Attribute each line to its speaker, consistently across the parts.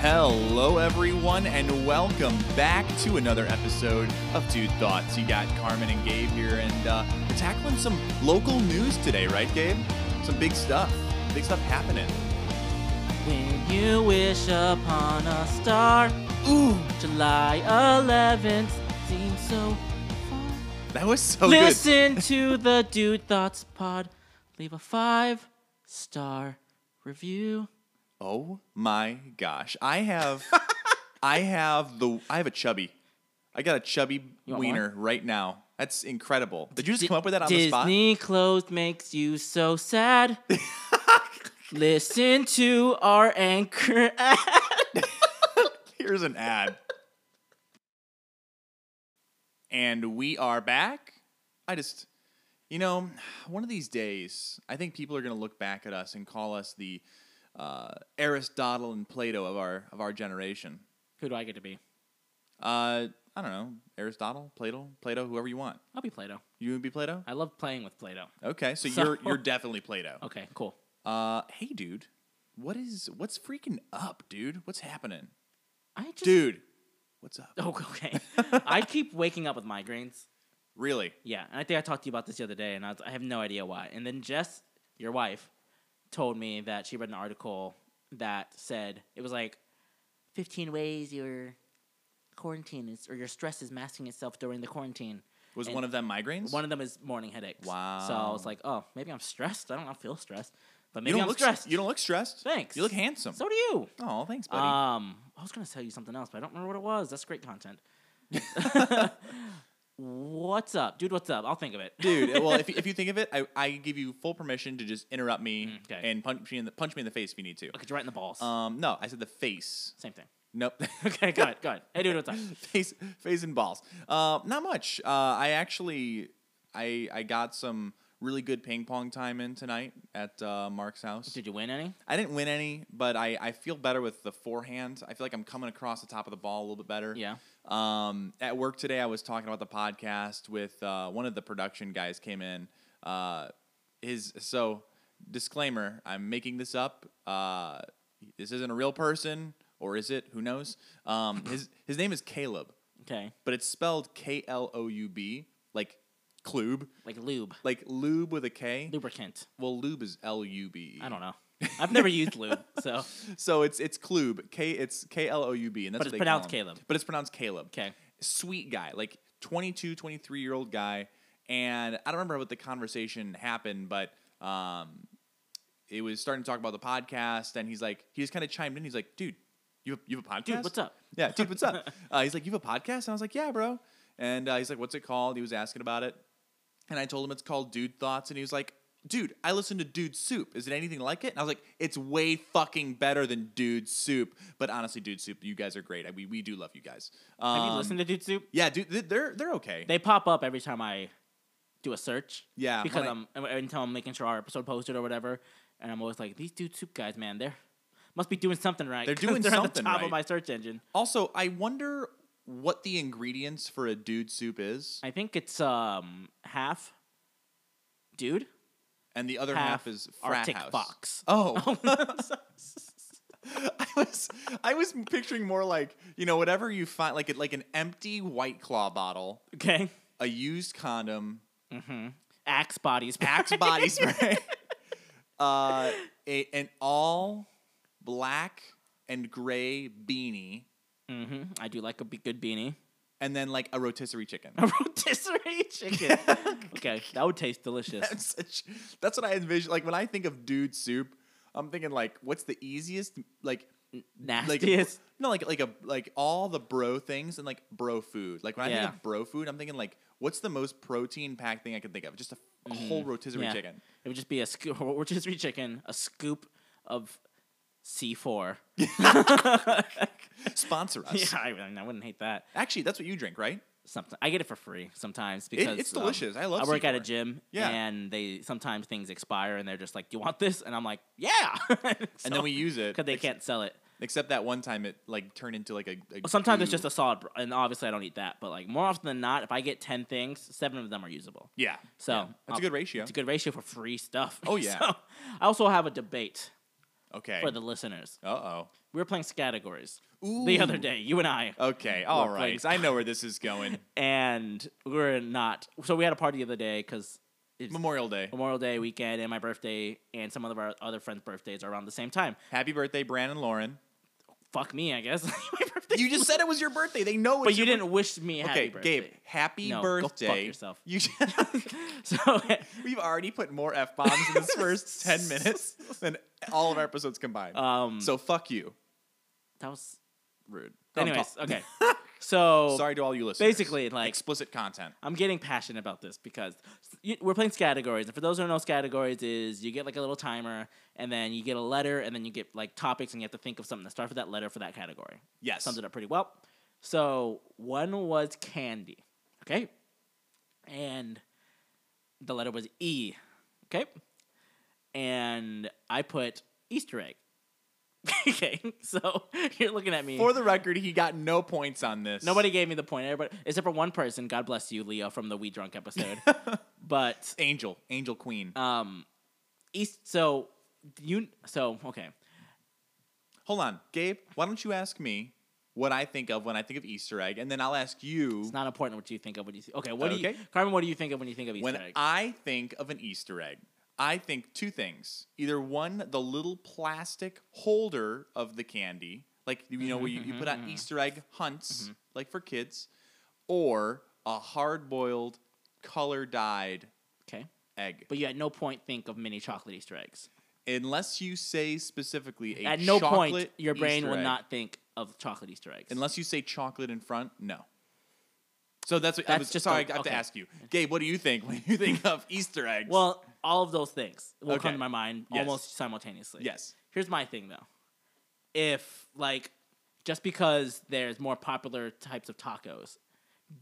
Speaker 1: Hello, everyone, and welcome back to another episode of Dude Thoughts. You got Carmen and Gabe here, and uh, we're tackling some local news today, right, Gabe? Some big stuff. Big stuff happening.
Speaker 2: When you wish upon a star,
Speaker 1: Ooh,
Speaker 2: July 11th seems so far.
Speaker 1: that was so good.
Speaker 2: Listen to the Dude Thoughts Pod. Leave a five star review.
Speaker 1: Oh my gosh, I have, I have the, I have a chubby. I got a chubby
Speaker 2: want one?
Speaker 1: wiener right now. That's incredible. Did you just come up with that on
Speaker 2: Disney
Speaker 1: the spot?
Speaker 2: clothes makes you so sad. Listen to our anchor app.
Speaker 1: Here's an ad. and we are back. I just, you know, one of these days, I think people are going to look back at us and call us the uh, Aristotle and Plato of our of our generation.
Speaker 2: Who do I get to be?
Speaker 1: Uh, I don't know, Aristotle, Plato, Plato, whoever you want.
Speaker 2: I'll be Plato.
Speaker 1: You would be Plato.
Speaker 2: I love playing with Plato.
Speaker 1: Okay, so,
Speaker 2: So-
Speaker 1: you're you're definitely Plato.
Speaker 2: Okay, cool.
Speaker 1: Uh, hey, dude, what is what's freaking up, dude? What's happening,
Speaker 2: I just
Speaker 1: dude? What's up?
Speaker 2: Oh, okay. I keep waking up with migraines.
Speaker 1: Really?
Speaker 2: Yeah, and I think I talked to you about this the other day, and I, was- I have no idea why. And then Jess, your wife, told me that she read an article that said it was like 15 ways your quarantine is or your stress is masking itself during the quarantine.
Speaker 1: Was
Speaker 2: And-
Speaker 1: one of them migraines?
Speaker 2: One of them is morning headaches. So I
Speaker 1: Wow.
Speaker 2: was like, oh, maybe I'm stressed. I don't I feel stressed, but
Speaker 1: you
Speaker 2: maybe
Speaker 1: don't
Speaker 2: I'm
Speaker 1: look
Speaker 2: stressed.
Speaker 1: You don't look stressed.
Speaker 2: Thanks.
Speaker 1: You look handsome.
Speaker 2: So do you.
Speaker 1: oh, thanks, buddy.
Speaker 2: Um, I was gonna tell you something else, but I don't remember what it was. That's great content. what's up, dude? What's up? I'll think of it,
Speaker 1: Dude, well, if, you- if you think of it, I, I give you full permission to just interrupt me
Speaker 2: Mm, 'kay.
Speaker 1: and punch me in the punch me in the face if you need to.
Speaker 2: Okay, you're right in the balls.
Speaker 1: Um, no, I said the face.
Speaker 2: Same thing.
Speaker 1: Nope.
Speaker 2: Okay, go ahead, go ahead. Hey, dude, what's up?
Speaker 1: face, face and balls. Uh, not much. Uh, I actually, I I got some really good ping pong time in tonight at uh, Mark's house.
Speaker 2: Did you win any?
Speaker 1: I didn't win any, but I, I feel better with the forehand. I feel like I'm coming across the top of the ball a little bit better.
Speaker 2: Yeah.
Speaker 1: Um, at work today, I was talking about the podcast with uh, one of the production guys came in. Uh, his so disclaimer: I'm making this up. Uh, this isn't a real person, or is it? Who knows? Um, his his name is Caleb,
Speaker 2: Okay,
Speaker 1: but it's spelled K L O U B, like Klub,
Speaker 2: like lube,
Speaker 1: like lube with a K.
Speaker 2: lubricant.
Speaker 1: Well, lube is L U B. E.
Speaker 2: I don't know. I've never used lube, so
Speaker 1: So it's it's Klub. K it's K L O U B and that's
Speaker 2: But
Speaker 1: what
Speaker 2: it's
Speaker 1: they
Speaker 2: pronounced
Speaker 1: call him.
Speaker 2: Caleb.
Speaker 1: But it's pronounced Caleb.
Speaker 2: okay.
Speaker 1: Sweet guy, like 22, 23 year old guy and I don't remember what the conversation happened but um it was starting to talk about the podcast and he's like he just kind of chimed in he's like dude you have, you have a podcast
Speaker 2: Dude, what's up?
Speaker 1: yeah, dude, what's up? Uh, he's like, you have a podcast? And I was like, yeah, bro. And uh, he's like, what's it called? He was asking about it. And I told him it's called Dude Thoughts. And he was like, dude, I listen to Dude Soup. Is it anything like it? And I was like, it's way fucking better than Dude Soup. But honestly, Dude Soup, you guys are great. I, we, we do love you guys. Um,
Speaker 2: Have you listened to Dude Soup?
Speaker 1: Yeah, dude, th- they're, they're okay.
Speaker 2: They pop up every time I do a search.
Speaker 1: Yeah,
Speaker 2: because
Speaker 1: when I-
Speaker 2: I'm until I'm making sure our episode posted or whatever, and I'm always like, these Dude Soup guys, man, they're must be doing something right.
Speaker 1: They're
Speaker 2: 'cause
Speaker 1: doing
Speaker 2: they're
Speaker 1: something
Speaker 2: on the top
Speaker 1: right.
Speaker 2: of my search engine.
Speaker 1: also, I wonder what the ingredients for a Dude Soup is.
Speaker 2: I think it's um half dude,
Speaker 1: And the other half,
Speaker 2: half,
Speaker 1: is Frat
Speaker 2: Arctic
Speaker 1: House.
Speaker 2: Fox.
Speaker 1: Oh. I was I was picturing more like you know whatever you find like it like an empty White Claw bottle,
Speaker 2: Okay. Mm-hmm.
Speaker 1: a used condom,
Speaker 2: Axe bodies.
Speaker 1: Axe body spray, uh, a, an all black and gray beanie,
Speaker 2: hmm I do like a be- good beanie.
Speaker 1: and then like a rotisserie chicken.
Speaker 2: A rotisserie chicken. okay, that would taste delicious.
Speaker 1: That's, such, that's what I envision. Like when I think of dude soup, I'm thinking like what's the easiest like like
Speaker 2: Nastiest.
Speaker 1: no like like a like all the bro things and like bro food. Like when I
Speaker 2: Yeah.
Speaker 1: think of bro food, I'm thinking like what's the most protein packed thing I can think of? Just a, a whole rotisserie
Speaker 2: Mm-hmm. Yeah.
Speaker 1: chicken.
Speaker 2: It would just be a scoop rotisserie chicken, a scoop of C4.
Speaker 1: Sponsor us.
Speaker 2: Yeah, I, mean, I wouldn't hate that.
Speaker 1: Actually, that's what you drink, right?
Speaker 2: Sometimes I get it for free sometimes because
Speaker 1: it's
Speaker 2: um,
Speaker 1: delicious. I love
Speaker 2: I work at a
Speaker 1: C4.
Speaker 2: gym,
Speaker 1: Yeah.
Speaker 2: and they sometimes things expire, and they're just like, "Do you want this?" And I'm like, "Yeah."
Speaker 1: and then we use it.
Speaker 2: because they
Speaker 1: ex-
Speaker 2: can't sell it.
Speaker 1: Except that one time it like turned into like a. a
Speaker 2: Well, sometimes it's
Speaker 1: goo.
Speaker 2: just a solid, br- and obviously I don't eat that, but like more often than not, if I get ten things, seven of them are usable.
Speaker 1: Yeah.
Speaker 2: So
Speaker 1: Yeah. that's
Speaker 2: I'll-
Speaker 1: a good ratio.
Speaker 2: It's a good ratio for free stuff.
Speaker 1: Oh, yeah.
Speaker 2: So, I also have a debate
Speaker 1: okay.
Speaker 2: for the listeners.
Speaker 1: uh oh.
Speaker 2: We were playing categories the
Speaker 1: Ooh. Uh.
Speaker 2: other day, you and I,
Speaker 1: Okay, all
Speaker 2: We're
Speaker 1: right.
Speaker 2: playing-
Speaker 1: I know where this is going.
Speaker 2: and we were not. So we had a party the other day because
Speaker 1: Memorial Day.
Speaker 2: Memorial Day weekend and my birthday and some of our other friends' birthdays are around the same time.
Speaker 1: Happy birthday, Brandon Lauren.
Speaker 2: Fuck me, I guess. My birthday-
Speaker 1: You just said it was your birthday. They know it's
Speaker 2: but you
Speaker 1: your
Speaker 2: didn't wish me a happy
Speaker 1: Okay,
Speaker 2: birthday.
Speaker 1: Gabe, happy
Speaker 2: No, go fuck
Speaker 1: birthday.
Speaker 2: yourself.
Speaker 1: You
Speaker 2: So
Speaker 1: We've already put more F bombs in this first 10 minutes than all of our episodes combined.
Speaker 2: um,
Speaker 1: so fuck you.
Speaker 2: that was rude.
Speaker 1: Don't
Speaker 2: Anyways,
Speaker 1: talk.
Speaker 2: okay. So
Speaker 1: Sorry to all you listeners.
Speaker 2: basically, like
Speaker 1: explicit content.
Speaker 2: I'm getting passionate about this because you- we're playing categories, and for those who don't know, categories is you get like a little timer, and then you get a letter, and then you get like topics, and you have to think of something to start with that letter for that category.
Speaker 1: Yes.
Speaker 2: sums it up pretty well. So one was candy, okay, and the letter was E, okay, and I put Easter egg. okay, so you're looking at me.
Speaker 1: For the record, he got no points on this.
Speaker 2: Nobody gave me the point. Everybody, except for one person. God bless you, Leo, from the We Drunk episode. but
Speaker 1: Angel, Angel Queen.
Speaker 2: um, East. So you. So okay.
Speaker 1: Hold on, Gabe. Why don't you ask me what I think of when I think of Easter egg, and then I'll ask you
Speaker 2: It's not important what you think of when you. See, okay. What do you,
Speaker 1: Okay.
Speaker 2: Carmen? What do you think of when you think of Easter
Speaker 1: when
Speaker 2: egg?
Speaker 1: I think of an Easter egg. I think two things. Either one, the little plastic holder of the candy, like you know, where you, you put out
Speaker 2: Mm-hmm,
Speaker 1: Easter egg hunts, like for kids, or a hard boiled, color dyed
Speaker 2: okay.
Speaker 1: egg.
Speaker 2: But you at no point think of mini chocolate Easter eggs.
Speaker 1: Unless you say specifically a
Speaker 2: at no point
Speaker 1: chocolate
Speaker 2: your brain
Speaker 1: Easter
Speaker 2: will
Speaker 1: egg.
Speaker 2: not think of chocolate Easter eggs.
Speaker 1: Unless you say chocolate in front, no. So that's what I
Speaker 2: That's
Speaker 1: was.
Speaker 2: just
Speaker 1: sorry,
Speaker 2: a-
Speaker 1: I have to
Speaker 2: okay.
Speaker 1: ask you, Gabe. What do you think when you think of Easter eggs?
Speaker 2: well, all of those things will
Speaker 1: Okay.
Speaker 2: come to my mind
Speaker 1: Yes.
Speaker 2: almost simultaneously.
Speaker 1: yes,
Speaker 2: Here's my thing though. If like just because there's more popular types of tacos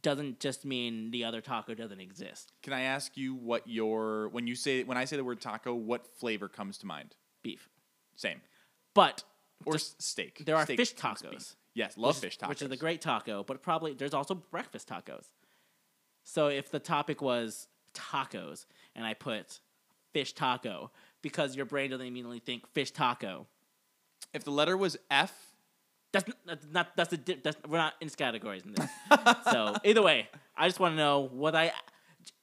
Speaker 2: doesn't just mean the other taco doesn't exist.
Speaker 1: Can I ask you what your when you say when I say the word taco, what flavor comes to mind?
Speaker 2: Beef.
Speaker 1: Same
Speaker 2: But
Speaker 1: or s- steak?
Speaker 2: there are
Speaker 1: Steak
Speaker 2: fish
Speaker 1: comes to
Speaker 2: tacos.
Speaker 1: beef. Yes, love
Speaker 2: which,
Speaker 1: fish tacos.
Speaker 2: Which is a great taco, but probably there's also breakfast tacos. So if the topic was tacos and I put fish taco because your brain doesn't immediately think fish taco.
Speaker 1: if the letter was F,
Speaker 2: That's n- that's not that's a di- that's, we're not in categories in this. so either way, I just want to know what I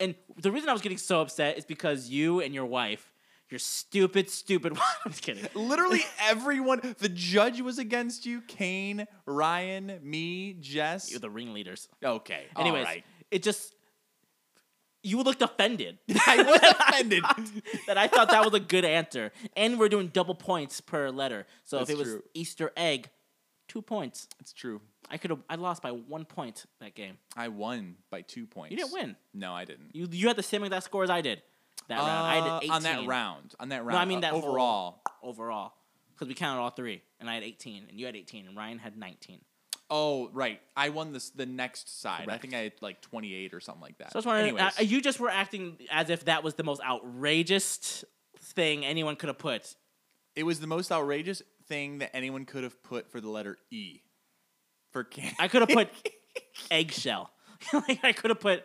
Speaker 2: and the reason I was getting so upset is because you and your wife, your stupid stupid I'm just kidding.
Speaker 1: literally everyone. The judge was against you. Kane, Ryan, me, Jess.
Speaker 2: You're the ringleaders.
Speaker 1: okay.
Speaker 2: Anyways,
Speaker 1: all right.
Speaker 2: it just you looked offended.
Speaker 1: I was offended.
Speaker 2: that I thought that was a good answer. And we're doing double points per letter. So
Speaker 1: That's
Speaker 2: if it was
Speaker 1: true.
Speaker 2: Easter egg, two points.
Speaker 1: it's true.
Speaker 2: I could have I lost by one point that game.
Speaker 1: I won by two points.
Speaker 2: You didn't win.
Speaker 1: No, I didn't.
Speaker 2: You you had the same exact score as I did. That round. I
Speaker 1: Uh,
Speaker 2: did 18
Speaker 1: on that round. On that round.
Speaker 2: No, I mean
Speaker 1: uh,
Speaker 2: that whole-
Speaker 1: overall.
Speaker 2: overall. Because we counted all three. And I had 18. And you had 18. And Ryan had 19.
Speaker 1: Oh, right. I won this the next side. I
Speaker 2: Correct.
Speaker 1: think I had like 28 or something like that.
Speaker 2: So I was wondering,
Speaker 1: Anyways,
Speaker 2: uh, you just were acting as if that was the most outrageous thing anyone could have put.
Speaker 1: it was the most outrageous thing that anyone could have put for the letter E. For can-
Speaker 2: I could have put eggshell. like I could have put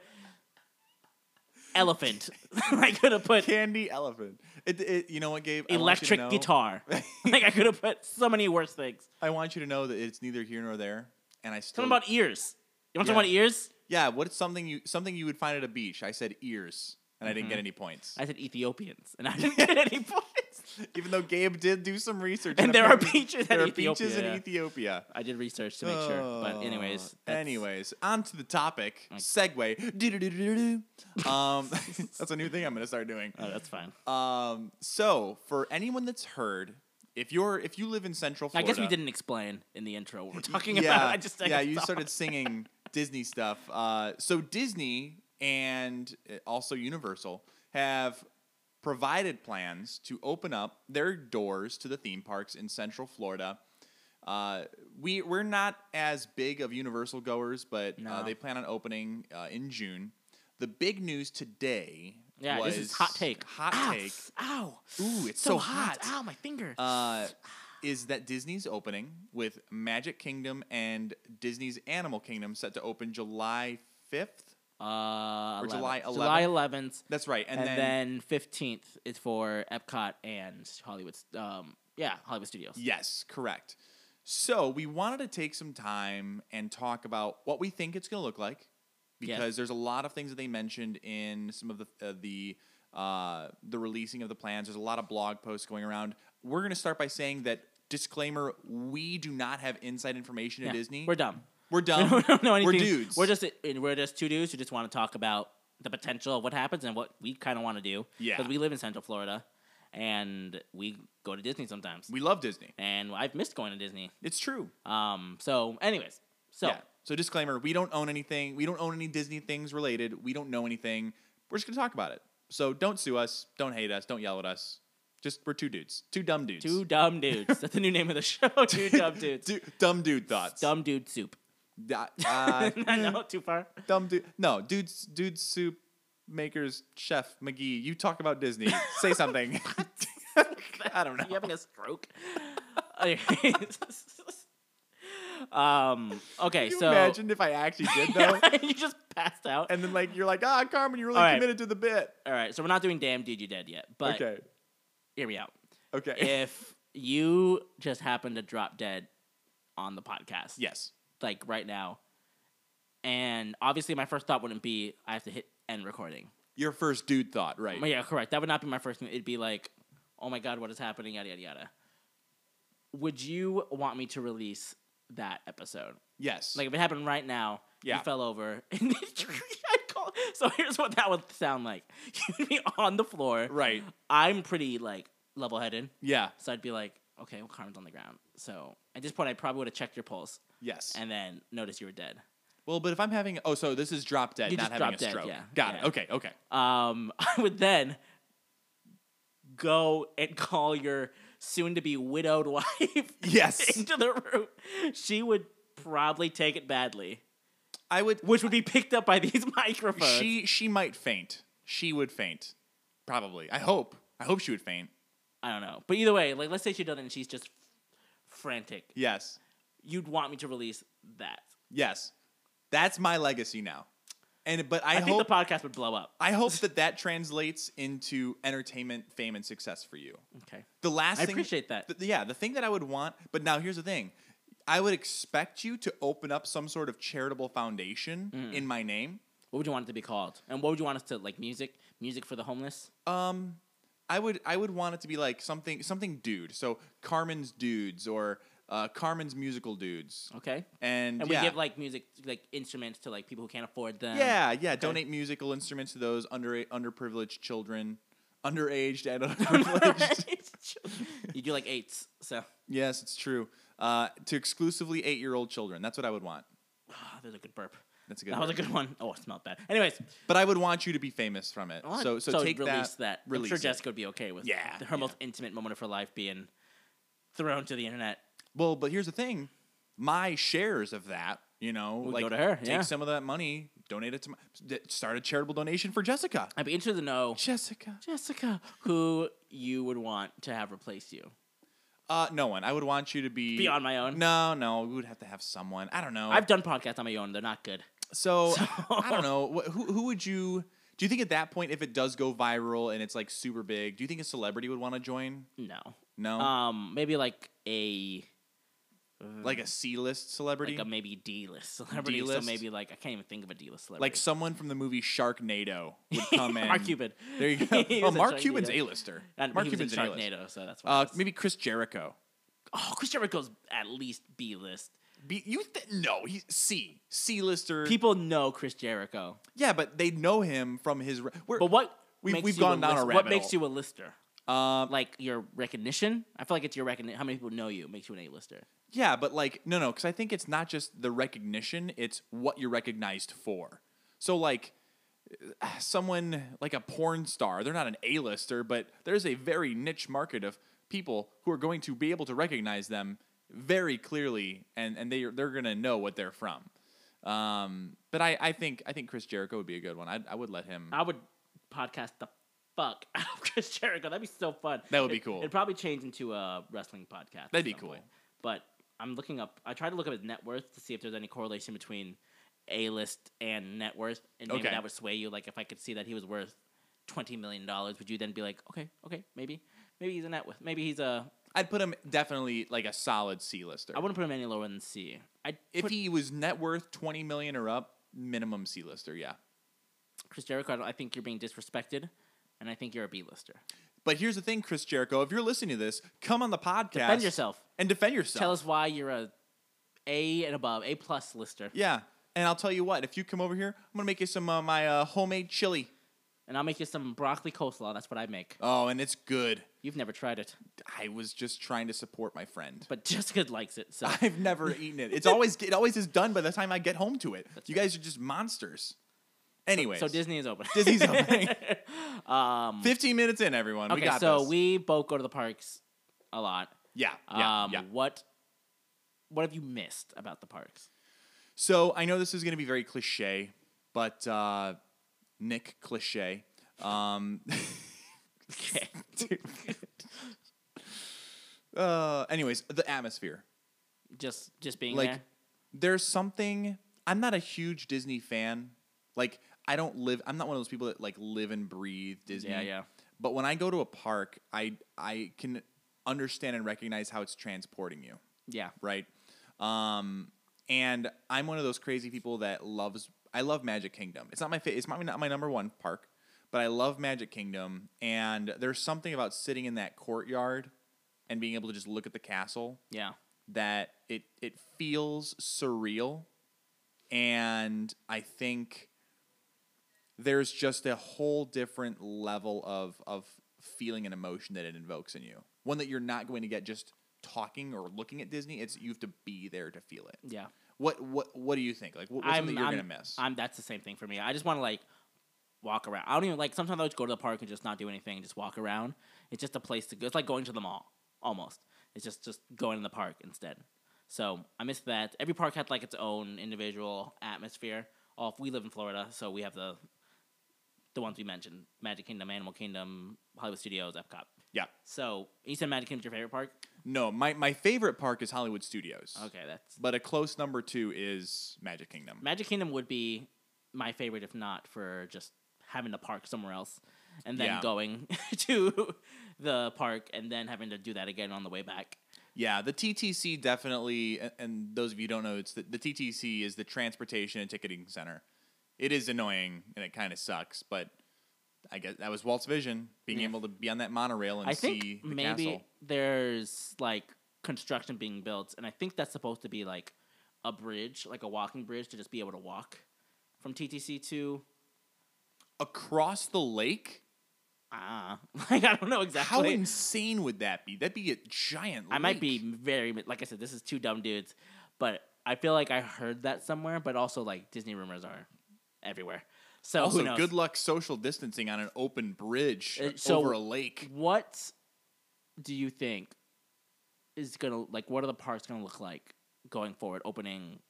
Speaker 2: elephant. I could have put
Speaker 1: candy elephant. It, it, you know what, Gabe? I want you to
Speaker 2: electric
Speaker 1: know-
Speaker 2: guitar. like I could have put so many worse things.
Speaker 1: I want you to know that it's neither here nor there. And I still
Speaker 2: Something about ears. You want to
Speaker 1: Yeah.
Speaker 2: talk about ears?
Speaker 1: yeah. What is something you something you would find at a beach? I said ears, and I didn't get any points.
Speaker 2: Mm-hmm. I said Ethiopians, and I didn't get any points.
Speaker 1: Even though Gabe did do some research,
Speaker 2: And there are
Speaker 1: apparently
Speaker 2: beaches in
Speaker 1: there are
Speaker 2: Ethiopia,
Speaker 1: beaches in
Speaker 2: yeah.
Speaker 1: Ethiopia.
Speaker 2: I did research to make sure, but anyways,
Speaker 1: Uh,
Speaker 2: that's-
Speaker 1: anyways, on to the topic. Segue. Do-do-do-do-do. Um, that's a new thing I'm gonna start doing.
Speaker 2: Oh, that's fine.
Speaker 1: Um, so for anyone that's heard, if you're if you live in Central
Speaker 2: I
Speaker 1: Florida,
Speaker 2: guess we didn't explain in the intro what we're talking
Speaker 1: yeah,
Speaker 2: about. I just I
Speaker 1: yeah,
Speaker 2: guess
Speaker 1: you
Speaker 2: I'll-
Speaker 1: started singing Disney stuff. Uh, so Disney and uh, also Universal have provided plans to open up their doors to the theme parks in Central Florida. Uh, we we're not as big of Universal goers, but uh,
Speaker 2: No.
Speaker 1: they plan on opening uh, in June. The big news today.
Speaker 2: Yeah,
Speaker 1: was
Speaker 2: this is hot take. Ah,
Speaker 1: Hot
Speaker 2: Ow,
Speaker 1: take.
Speaker 2: Ow!
Speaker 1: Ooh, it's
Speaker 2: so,
Speaker 1: so
Speaker 2: hot.
Speaker 1: hot.
Speaker 2: Ow, my finger.
Speaker 1: uh, is that Disney's opening with Magic Kingdom and Disney's Animal Kingdom set to open July 5th.
Speaker 2: Uh,
Speaker 1: Or
Speaker 2: 11th.
Speaker 1: July
Speaker 2: July 11th.
Speaker 1: That's right. And,
Speaker 2: And,
Speaker 1: then,
Speaker 2: then, 15th is for Epcot and Hollywood. Um, yeah, Hollywood Studios.
Speaker 1: yes, correct. So we wanted to take some time and talk about what we think it's going to look like,
Speaker 2: Yes.
Speaker 1: because there's a lot of things that they mentioned in some of the uh, the uh, the releasing of the plans. There's a lot of blog posts going around. We're going to start by saying that disclaimer: we do not have inside information
Speaker 2: Yeah.
Speaker 1: at Disney.
Speaker 2: We're dumb.
Speaker 1: We're dumb.
Speaker 2: we don't know anything.
Speaker 1: We're dudes.
Speaker 2: We're just and we're just two dudes who just want to talk about the potential of what happens and what we kind of want to do.
Speaker 1: Yeah.
Speaker 2: because we live in Central Florida, and we go to Disney sometimes.
Speaker 1: we love Disney.
Speaker 2: and I've missed going to Disney.
Speaker 1: It's true.
Speaker 2: Um. So, anyways, so
Speaker 1: Yeah. So disclaimer: we don't own anything. We don't own any Disney things related. We don't know anything. We're just gonna talk about it. So don't sue us. Don't hate us. Don't yell at us. Just we're two dudes, two dumb dudes,
Speaker 2: two dumb dudes. That's the new name of the show. Two dumb dudes.
Speaker 1: Du- dumb dude thoughts.
Speaker 2: Dumb dude soup.
Speaker 1: Da- uh,
Speaker 2: no, too far.
Speaker 1: dumb dude. No, dudes, dude soup makers, Chef McGee. You talk about Disney. Say something. I don't
Speaker 2: Are you
Speaker 1: know.
Speaker 2: having a stroke? Anyways. um. Okay.
Speaker 1: Can you
Speaker 2: so
Speaker 1: imagine if I actually did though?
Speaker 2: you just passed out.
Speaker 1: and then like you're like, ah, Carmen, you're really
Speaker 2: All right.
Speaker 1: committed to the bit.
Speaker 2: All right, so we're not doing "Damn Dude You Dead" yet, but
Speaker 1: okay.
Speaker 2: hear me out.
Speaker 1: Okay.
Speaker 2: If you just happen to drop dead on the podcast,
Speaker 1: yes.
Speaker 2: like right now, and obviously my first thought wouldn't be I have to hit end recording.
Speaker 1: Your first dude thought, right?
Speaker 2: Yeah, correct. That would not be my first thing. It'd be like, oh my god, what is happening? Yada yada yada. Would you want me to release that episode?
Speaker 1: Yes.
Speaker 2: Like if it happened right now,
Speaker 1: Yeah.
Speaker 2: you fell over and I'd call. So here's what that would sound like. You'd be on the floor.
Speaker 1: Right.
Speaker 2: I'm pretty like level headed.
Speaker 1: Yeah.
Speaker 2: So I'd be like, okay, well Carmen's on the ground. So at this point I probably would have checked your pulse
Speaker 1: Yes.
Speaker 2: and then noticed you were dead.
Speaker 1: well, but if I'm having oh, so this is drop dead,
Speaker 2: You
Speaker 1: not
Speaker 2: just
Speaker 1: having
Speaker 2: drop
Speaker 1: a
Speaker 2: dead,
Speaker 1: stroke.
Speaker 2: yeah,
Speaker 1: Got it.
Speaker 2: yeah.
Speaker 1: Okay. Okay.
Speaker 2: Um I would then go and call your soon to be widowed wife
Speaker 1: Yes.
Speaker 2: into the room. She would probably take it badly.
Speaker 1: I would.
Speaker 2: Which would be picked up by these microphones.
Speaker 1: She she might faint. She would faint. Probably. I hope. I hope she would faint.
Speaker 2: I don't know. But either way, like let's say she doesn't and she's just frantic.
Speaker 1: Yes.
Speaker 2: You'd want me to release that.
Speaker 1: Yes. That's my legacy now. And but I,
Speaker 2: I, think
Speaker 1: hope
Speaker 2: the podcast would blow up.
Speaker 1: I hope that that translates into entertainment, fame, and success for you.
Speaker 2: Okay.
Speaker 1: The last
Speaker 2: I
Speaker 1: thing,
Speaker 2: appreciate that.
Speaker 1: th- yeah, the thing that I would want, but now here's the thing. I would expect you to open up some sort of charitable foundation
Speaker 2: Mm.
Speaker 1: in my name.
Speaker 2: What would you want it to be called? And what would you want us to like music? Music for the homeless?
Speaker 1: Um, I would I would want it to be like something something dude. So Carmen's dudes or uh, Carmen's musical dudes.
Speaker 2: Okay.
Speaker 1: And,
Speaker 2: And
Speaker 1: yeah,
Speaker 2: we give like music like instruments to like people who can't afford them.
Speaker 1: yeah, yeah, donate musical instruments to those under underprivileged children, underaged and underprivileged.
Speaker 2: you do like eights. So
Speaker 1: yes, it's true. Uh, to exclusively eight year old children. That's what I would want.
Speaker 2: Ah, there's a good burp.
Speaker 1: That's a good.
Speaker 2: that was a
Speaker 1: word.
Speaker 2: good one. Oh, it smelled bad. Anyways,
Speaker 1: but I would want you to be famous from it.
Speaker 2: well,
Speaker 1: so so, take
Speaker 2: release that.
Speaker 1: Release
Speaker 2: I'm sure
Speaker 1: it.
Speaker 2: Jessica would be okay with
Speaker 1: Yeah, yeah.
Speaker 2: her most intimate moment of her life being thrown to the internet.
Speaker 1: Well, but here's the thing: my shares of that, you know,
Speaker 2: Would
Speaker 1: like
Speaker 2: go to her,
Speaker 1: Take
Speaker 2: yeah.
Speaker 1: some of that money, donate it to my, d- start a charitable donation for Jessica.
Speaker 2: I'd be interested to know
Speaker 1: Jessica.
Speaker 2: Jessica who you would want to have replace you.
Speaker 1: Uh, no one. I would want you to be
Speaker 2: Be on my own?
Speaker 1: No, no, we would have to have someone. I don't know.
Speaker 2: I've done podcasts on my own; they're not good.
Speaker 1: so,
Speaker 2: So-
Speaker 1: I don't know. Wh- Who who would you? Do you think at that point, if it does go viral and it's like super big, do you think a celebrity would want to join?
Speaker 2: No.
Speaker 1: No,
Speaker 2: Um, maybe like a
Speaker 1: like a C-list celebrity,
Speaker 2: like a
Speaker 1: like,
Speaker 2: maybe D list celebrity. So
Speaker 1: D-list?
Speaker 2: maybe like I can't even think of a D list celebrity.
Speaker 1: someone from the movie Sharknado would come in.
Speaker 2: Mark Cuban.
Speaker 1: Oh, There you
Speaker 2: He
Speaker 1: go.
Speaker 2: was
Speaker 1: oh,
Speaker 2: in
Speaker 1: Mark
Speaker 2: Sharknado.
Speaker 1: Cuban's A-lister.
Speaker 2: And
Speaker 1: Mark
Speaker 2: he was in
Speaker 1: Cuban's an A-lister.
Speaker 2: Sharknado, so that's why.
Speaker 1: Uh,
Speaker 2: that's-
Speaker 1: maybe Chris Jericho.
Speaker 2: oh, Chris Jericho's at least B list.
Speaker 1: Be, you th- no, he's C C lister.
Speaker 2: People know Chris Jericho,
Speaker 1: yeah, but they know him from his. Re- we're-
Speaker 2: but what
Speaker 1: We've-
Speaker 2: makes
Speaker 1: we've
Speaker 2: you
Speaker 1: gone
Speaker 2: a
Speaker 1: down a
Speaker 2: list- What
Speaker 1: rabbit
Speaker 2: makes
Speaker 1: hole.
Speaker 2: you a lister?
Speaker 1: um,
Speaker 2: Like your recognition? I feel like it's your recognition. How many people know you makes you an A lister?
Speaker 1: yeah, but like no, no, because I think it's not just the recognition; it's what you're recognized for. So like. uh, Someone like a porn star, they're not an A lister, but there's a very niche market of people who are going to be able to recognize them very clearly, and and they they're gonna know what they're from. Um, but I, I think I think Chris Jericho would be a good one. I I would let him.
Speaker 2: I would podcast the fuck out of Chris Jericho. That'd be so fun.
Speaker 1: That would be
Speaker 2: It-
Speaker 1: cool.
Speaker 2: It'd probably change into a wrestling podcast. at
Speaker 1: That'd be
Speaker 2: some
Speaker 1: cool.
Speaker 2: point. But I'm looking up. I tried to look up his net worth to see if there's any correlation between A list and net worth, and maybe
Speaker 1: Okay.
Speaker 2: that would sway you. Like if I could see that he was worth twenty million dollars, would you then be like, okay, okay, maybe, maybe he's a net worth, maybe he's a
Speaker 1: I'd put him definitely like a solid C lister.
Speaker 2: I wouldn't put him any lower than C. I'd
Speaker 1: if
Speaker 2: put
Speaker 1: he was net worth twenty million or up, minimum C lister. Yeah.
Speaker 2: Chris Jericho. I, don't- I think you're being disrespected, and I think you're a B lister.
Speaker 1: But here's the thing, Chris Jericho. If you're listening to this, come on the podcast
Speaker 2: Defend yourself.
Speaker 1: and defend yourself.
Speaker 2: Tell us why you're a A and above, A plus lister,
Speaker 1: Yeah, and I'll tell you what. If you come over here, I'm gonna make you some uh, my uh, homemade chili.
Speaker 2: and I'll make you some broccoli coleslaw. That's what I make.
Speaker 1: Oh, and it's good.
Speaker 2: You've never tried it,
Speaker 1: I was just trying to support my friend.
Speaker 2: but Jessica likes it. So
Speaker 1: I've never eaten it. It's always it always is done by the time I get home to it. you guys are just monsters. Anyway,
Speaker 2: so Disney is open.
Speaker 1: Disney's opening. Fifteen minutes in, everyone. we
Speaker 2: okay,
Speaker 1: got
Speaker 2: so
Speaker 1: this.
Speaker 2: we both go to the parks a lot.
Speaker 1: yeah, yeah,
Speaker 2: um,
Speaker 1: yeah.
Speaker 2: What what have you missed about the parks?
Speaker 1: So I know this is going to be very cliche, but uh, Nick cliche. Um,
Speaker 2: Okay.
Speaker 1: uh, anyways, the atmosphere.
Speaker 2: just just being
Speaker 1: like
Speaker 2: there.
Speaker 1: there's something i'm not a huge disney fan like i don't live i'm not one of those people that like live and breathe disney
Speaker 2: Yeah, yeah.
Speaker 1: but when i go to a park i i can understand and recognize how it's transporting you
Speaker 2: Yeah.
Speaker 1: right um and i'm one of those crazy people that loves i love magic kingdom it's not my fa- it's probably not my number one park but i love magic kingdom and there's something about sitting in that courtyard and being able to just look at the castle
Speaker 2: Yeah.
Speaker 1: that it it feels surreal and I think there's just a whole different level of of feeling and emotion that it invokes in you. One that you're not going to get just talking or looking at Disney. It's you have to be there to feel it.
Speaker 2: Yeah.
Speaker 1: What what what do you think? Like what, what's something that you're gonna miss?
Speaker 2: I'm that's the same thing for me. I just want to like walk around. I don't even like sometimes I'll just go to the park and just not do anything, just walk around. It's just a place to go. It's like going to the mall almost. It's just just going in the park instead. So I miss that. Every park had like its own individual atmosphere. Off we live in Florida, so we have the the ones we mentioned: Magic Kingdom, Animal Kingdom, Hollywood Studios, Epcot.
Speaker 1: yeah.
Speaker 2: So you said Magic Kingdom's your favorite park?
Speaker 1: No, my, my favorite park is Hollywood Studios.
Speaker 2: Okay, that's
Speaker 1: But a close number two is Magic Kingdom.
Speaker 2: Magic Kingdom would be my favorite, if not for just having to park somewhere else and then
Speaker 1: Yeah.
Speaker 2: going to the park and then having to do that again on the way back.
Speaker 1: Yeah, the TTC definitely, a- and those of you who don't know, it's the, the TTC is the Transportation and Ticketing Center. It is annoying and it kind of sucks, but I guess that was Walt's vision, being
Speaker 2: Yeah.
Speaker 1: able to be on that monorail and
Speaker 2: I
Speaker 1: see
Speaker 2: think
Speaker 1: the
Speaker 2: maybe
Speaker 1: castle.
Speaker 2: there's like construction being built, and I think that's supposed to be like a bridge, like a walking bridge, to just be able to walk from TTC to.
Speaker 1: Across the lake?
Speaker 2: Ah, like I don't know
Speaker 1: How
Speaker 2: exactly.
Speaker 1: insane would that be? That'd be a giant
Speaker 2: I might be
Speaker 1: lake.
Speaker 2: very like I said, this is two dumb dudes, but I feel like I heard that somewhere. But also, like Disney rumors are everywhere. So who
Speaker 1: Also,
Speaker 2: knows?
Speaker 1: good luck social distancing on an open bridge
Speaker 2: Uh, so-
Speaker 1: over a lake.
Speaker 2: What do you think is gonna like? What are the parks gonna look like going forward? Opening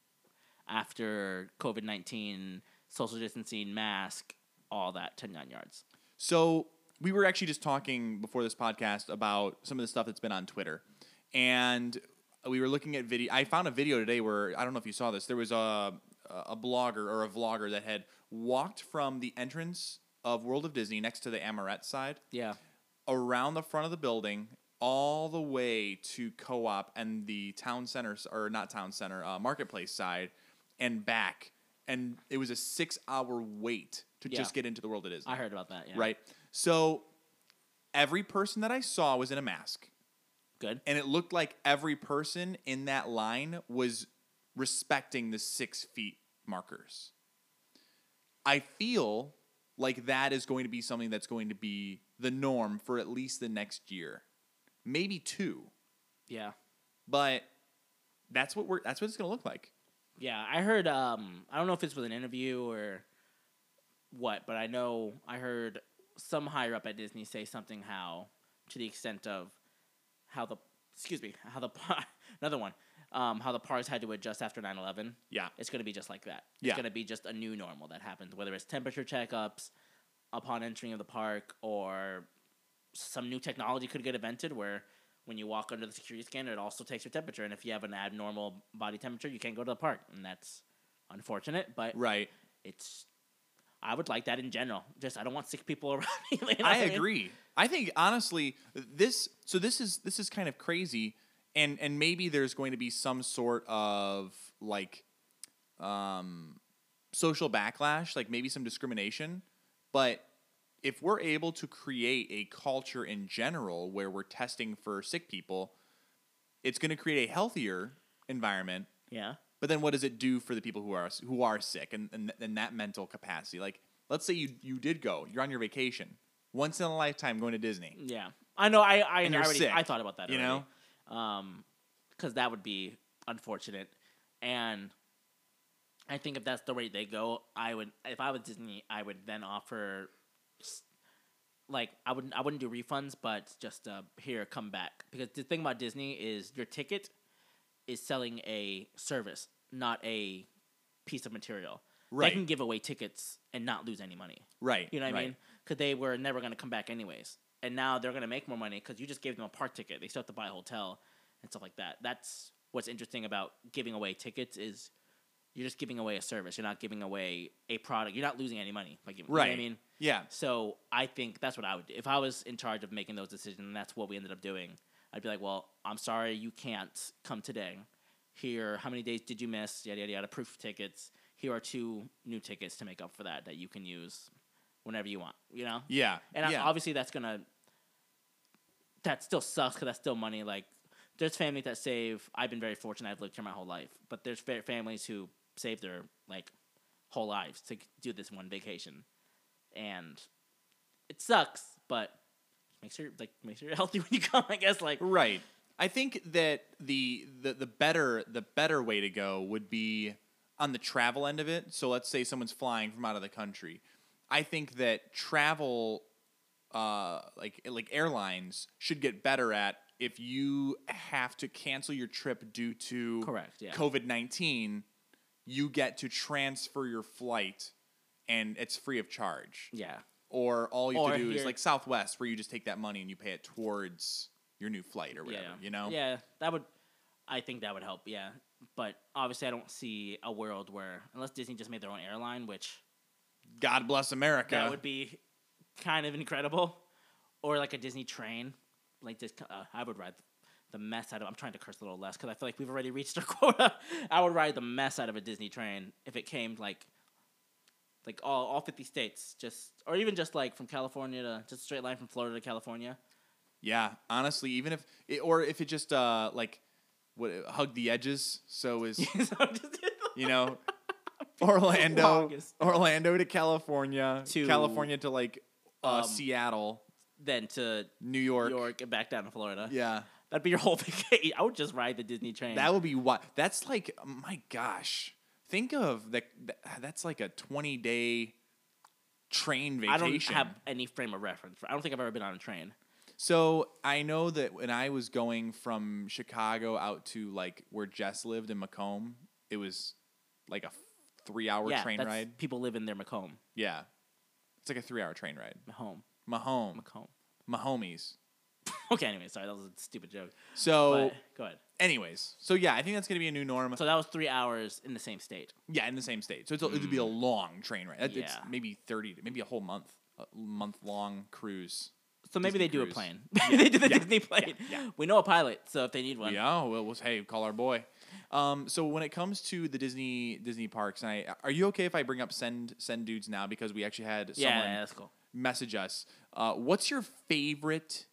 Speaker 2: after COVID nineteen, social distancing, mask, all that ten nine yards.
Speaker 1: So we were actually just talking before this podcast about some of the stuff that's been on Twitter, and we were looking at video. I found a video today where I don't know if you saw this. There was a a blogger or a vlogger that had walked from the entrance of World of Disney next to the Amaret side
Speaker 2: Yeah,
Speaker 1: around the front of the building all the way to co-op and the town center s- or not town center uh, marketplace side and back and it was a six hour wait to
Speaker 2: Yeah.
Speaker 1: just get into the world of disney
Speaker 2: I heard about that. Yeah,
Speaker 1: right? So every person that I saw was in a mask,
Speaker 2: Good.
Speaker 1: and it looked like every person in that line was respecting the six feet markers. I feel like that is going to be something that's going to be the norm for at least the next year, maybe two,
Speaker 2: Yeah.
Speaker 1: but that's what we're that's what it's going to look like.
Speaker 2: Yeah, I heard. Um, I don't know if it's with an interview or what, but I know I heard some higher up at Disney say something how, to the extent of how the excuse me how the par- another one um, how the parks had to adjust after 9-11.
Speaker 1: Yeah.
Speaker 2: It's gonna be just like that. It's
Speaker 1: Yeah.
Speaker 2: gonna be just a new normal that happens, whether it's temperature checkups upon entering of the park or some new technology could get invented where when you walk under the security scanner, it also takes your temperature. And if you have an abnormal body temperature, you can't go to the park. And that's unfortunate, but
Speaker 1: Right.
Speaker 2: it's. I would like that in general. Just I don't want sick people around me. you know what
Speaker 1: I
Speaker 2: mean?
Speaker 1: agree. I think honestly, this so this is this is kind of crazy, and and maybe there's going to be some sort of like, um, social backlash, like maybe some discrimination, but if we're able to create a culture in general where we're testing for sick people, it's going to create a healthier environment
Speaker 2: Yeah.
Speaker 1: but then what does it do for the people who are who are sick and and, and that mental capacity? Like, let's say you you did go, you're on your vacation, once in a lifetime going to Disney.
Speaker 2: Yeah. I know. I I,
Speaker 1: And you're
Speaker 2: already
Speaker 1: sick,
Speaker 2: I thought about that.
Speaker 1: you
Speaker 2: already. Um, because that would be unfortunate, and I think if that's the rate they go, I would. If I was Disney, I would then offer, s- like I wouldn't I wouldn't do refunds, but just uh, here come back because the thing about Disney is your ticket is selling a service, not a piece of material.
Speaker 1: Right.
Speaker 2: They can give away tickets and not lose any money.
Speaker 1: Right.
Speaker 2: You know what I
Speaker 1: right.
Speaker 2: mean? Because they were never going to come back anyways, and now they're going to make more money because you just gave them a park ticket. They still have to buy a hotel and stuff like that. That's what's interesting about giving away tickets is you're just giving away a service. You're not giving away a product. You're not losing any money by giving.
Speaker 1: Right.
Speaker 2: You know what I mean,
Speaker 1: Yeah.
Speaker 2: so I think that's what I would do if I was in charge of making those decisions. and That's what we ended up doing. I'd be like, well, I'm sorry you can't come today. Here, how many days did you miss? Yada yada yada. Proof of tickets. Here are two new tickets to make up for that that you can use whenever you want. You know.
Speaker 1: Yeah.
Speaker 2: And I-
Speaker 1: yeah.
Speaker 2: obviously, that's gonna. That still sucks because that's still money. Like, there's families that save. I've been very fortunate. I've lived here my whole life, but there's fa- families who save their like whole lives to do this one vacation, and it sucks. But make sure like make sure you're healthy when you come. I guess like
Speaker 1: Right. I think that the, the the better the better way to go would be on the travel end of it. So let's say someone's flying from out of the country. I think that travel uh, like like airlines should get better at if you have to cancel your trip due to
Speaker 2: Correct, yeah.
Speaker 1: COVID-19, you get to transfer your flight and it's free of charge
Speaker 2: yeah,
Speaker 1: or all you have
Speaker 2: Or
Speaker 1: to do is
Speaker 2: here-
Speaker 1: like Southwest, where you just take that money and you pay it towards your new flight or whatever.
Speaker 2: yeah,
Speaker 1: You know,
Speaker 2: yeah. That would, I think that would help. Yeah, but obviously, I don't see a world where unless Disney just made their own airline, which.
Speaker 1: God bless America.
Speaker 2: That would be kind of incredible. Or like a Disney train. Like this, uh, I would ride the mess out of. I'm trying to curse a little less because I feel like we've already reached our quota. I would ride the mess out of a Disney train if it came like, like all all 50 states, just or even just like from California to just a straight line from Florida to California.
Speaker 1: yeah, honestly, even if it, or if it just uh like what hug the edges, so is
Speaker 2: So just-
Speaker 1: you know Orlando,
Speaker 2: Longest.
Speaker 1: Orlando to California,
Speaker 2: To,
Speaker 1: California to like uh,
Speaker 2: um,
Speaker 1: Seattle,
Speaker 2: then to
Speaker 1: New
Speaker 2: New
Speaker 1: York.
Speaker 2: York and back down to Florida.
Speaker 1: Yeah,
Speaker 2: That'd be your whole vacation. I would just ride the Disney train.
Speaker 1: that would be what. That's like my gosh. Think of that. That's like a twenty day train vacation.
Speaker 2: I don't have any frame of reference. I don't think I've ever been on a train.
Speaker 1: So I know that when I was going from Chicago out to like where Jess lived in Macomb, it was like a three-hour
Speaker 2: yeah,
Speaker 1: train
Speaker 2: that's-
Speaker 1: ride.
Speaker 2: People live in their Macomb
Speaker 1: Yeah, it's like a three-hour train ride.
Speaker 2: home.
Speaker 1: Mahome,
Speaker 2: Macomb.
Speaker 1: Mahomies.
Speaker 2: Okay, anyway, sorry, that was a stupid joke.
Speaker 1: So,
Speaker 2: But go ahead.
Speaker 1: anyways, so yeah, I think that's gonna be a new norm.
Speaker 2: So that was three hours in the same state.
Speaker 1: yeah, in the same state. So it's a, it'd be a long train ride. That- It's
Speaker 2: Mm. Yeah.
Speaker 1: maybe thirty, maybe a whole month, a month-long cruise.
Speaker 2: So maybe
Speaker 1: Disney
Speaker 2: they do a
Speaker 1: cruise.
Speaker 2: plane. they do the Disney plane.
Speaker 1: yeah.
Speaker 2: We know a pilot, so if they need one.
Speaker 1: Yeah, well, was hey, call our boy. Um, so when it comes to the Disney Disney parks, and I are you okay if I bring up send send dudes now because we actually had
Speaker 2: Yeah,
Speaker 1: someone
Speaker 2: yeah, that's cool.
Speaker 1: message us. Uh, what's your favorite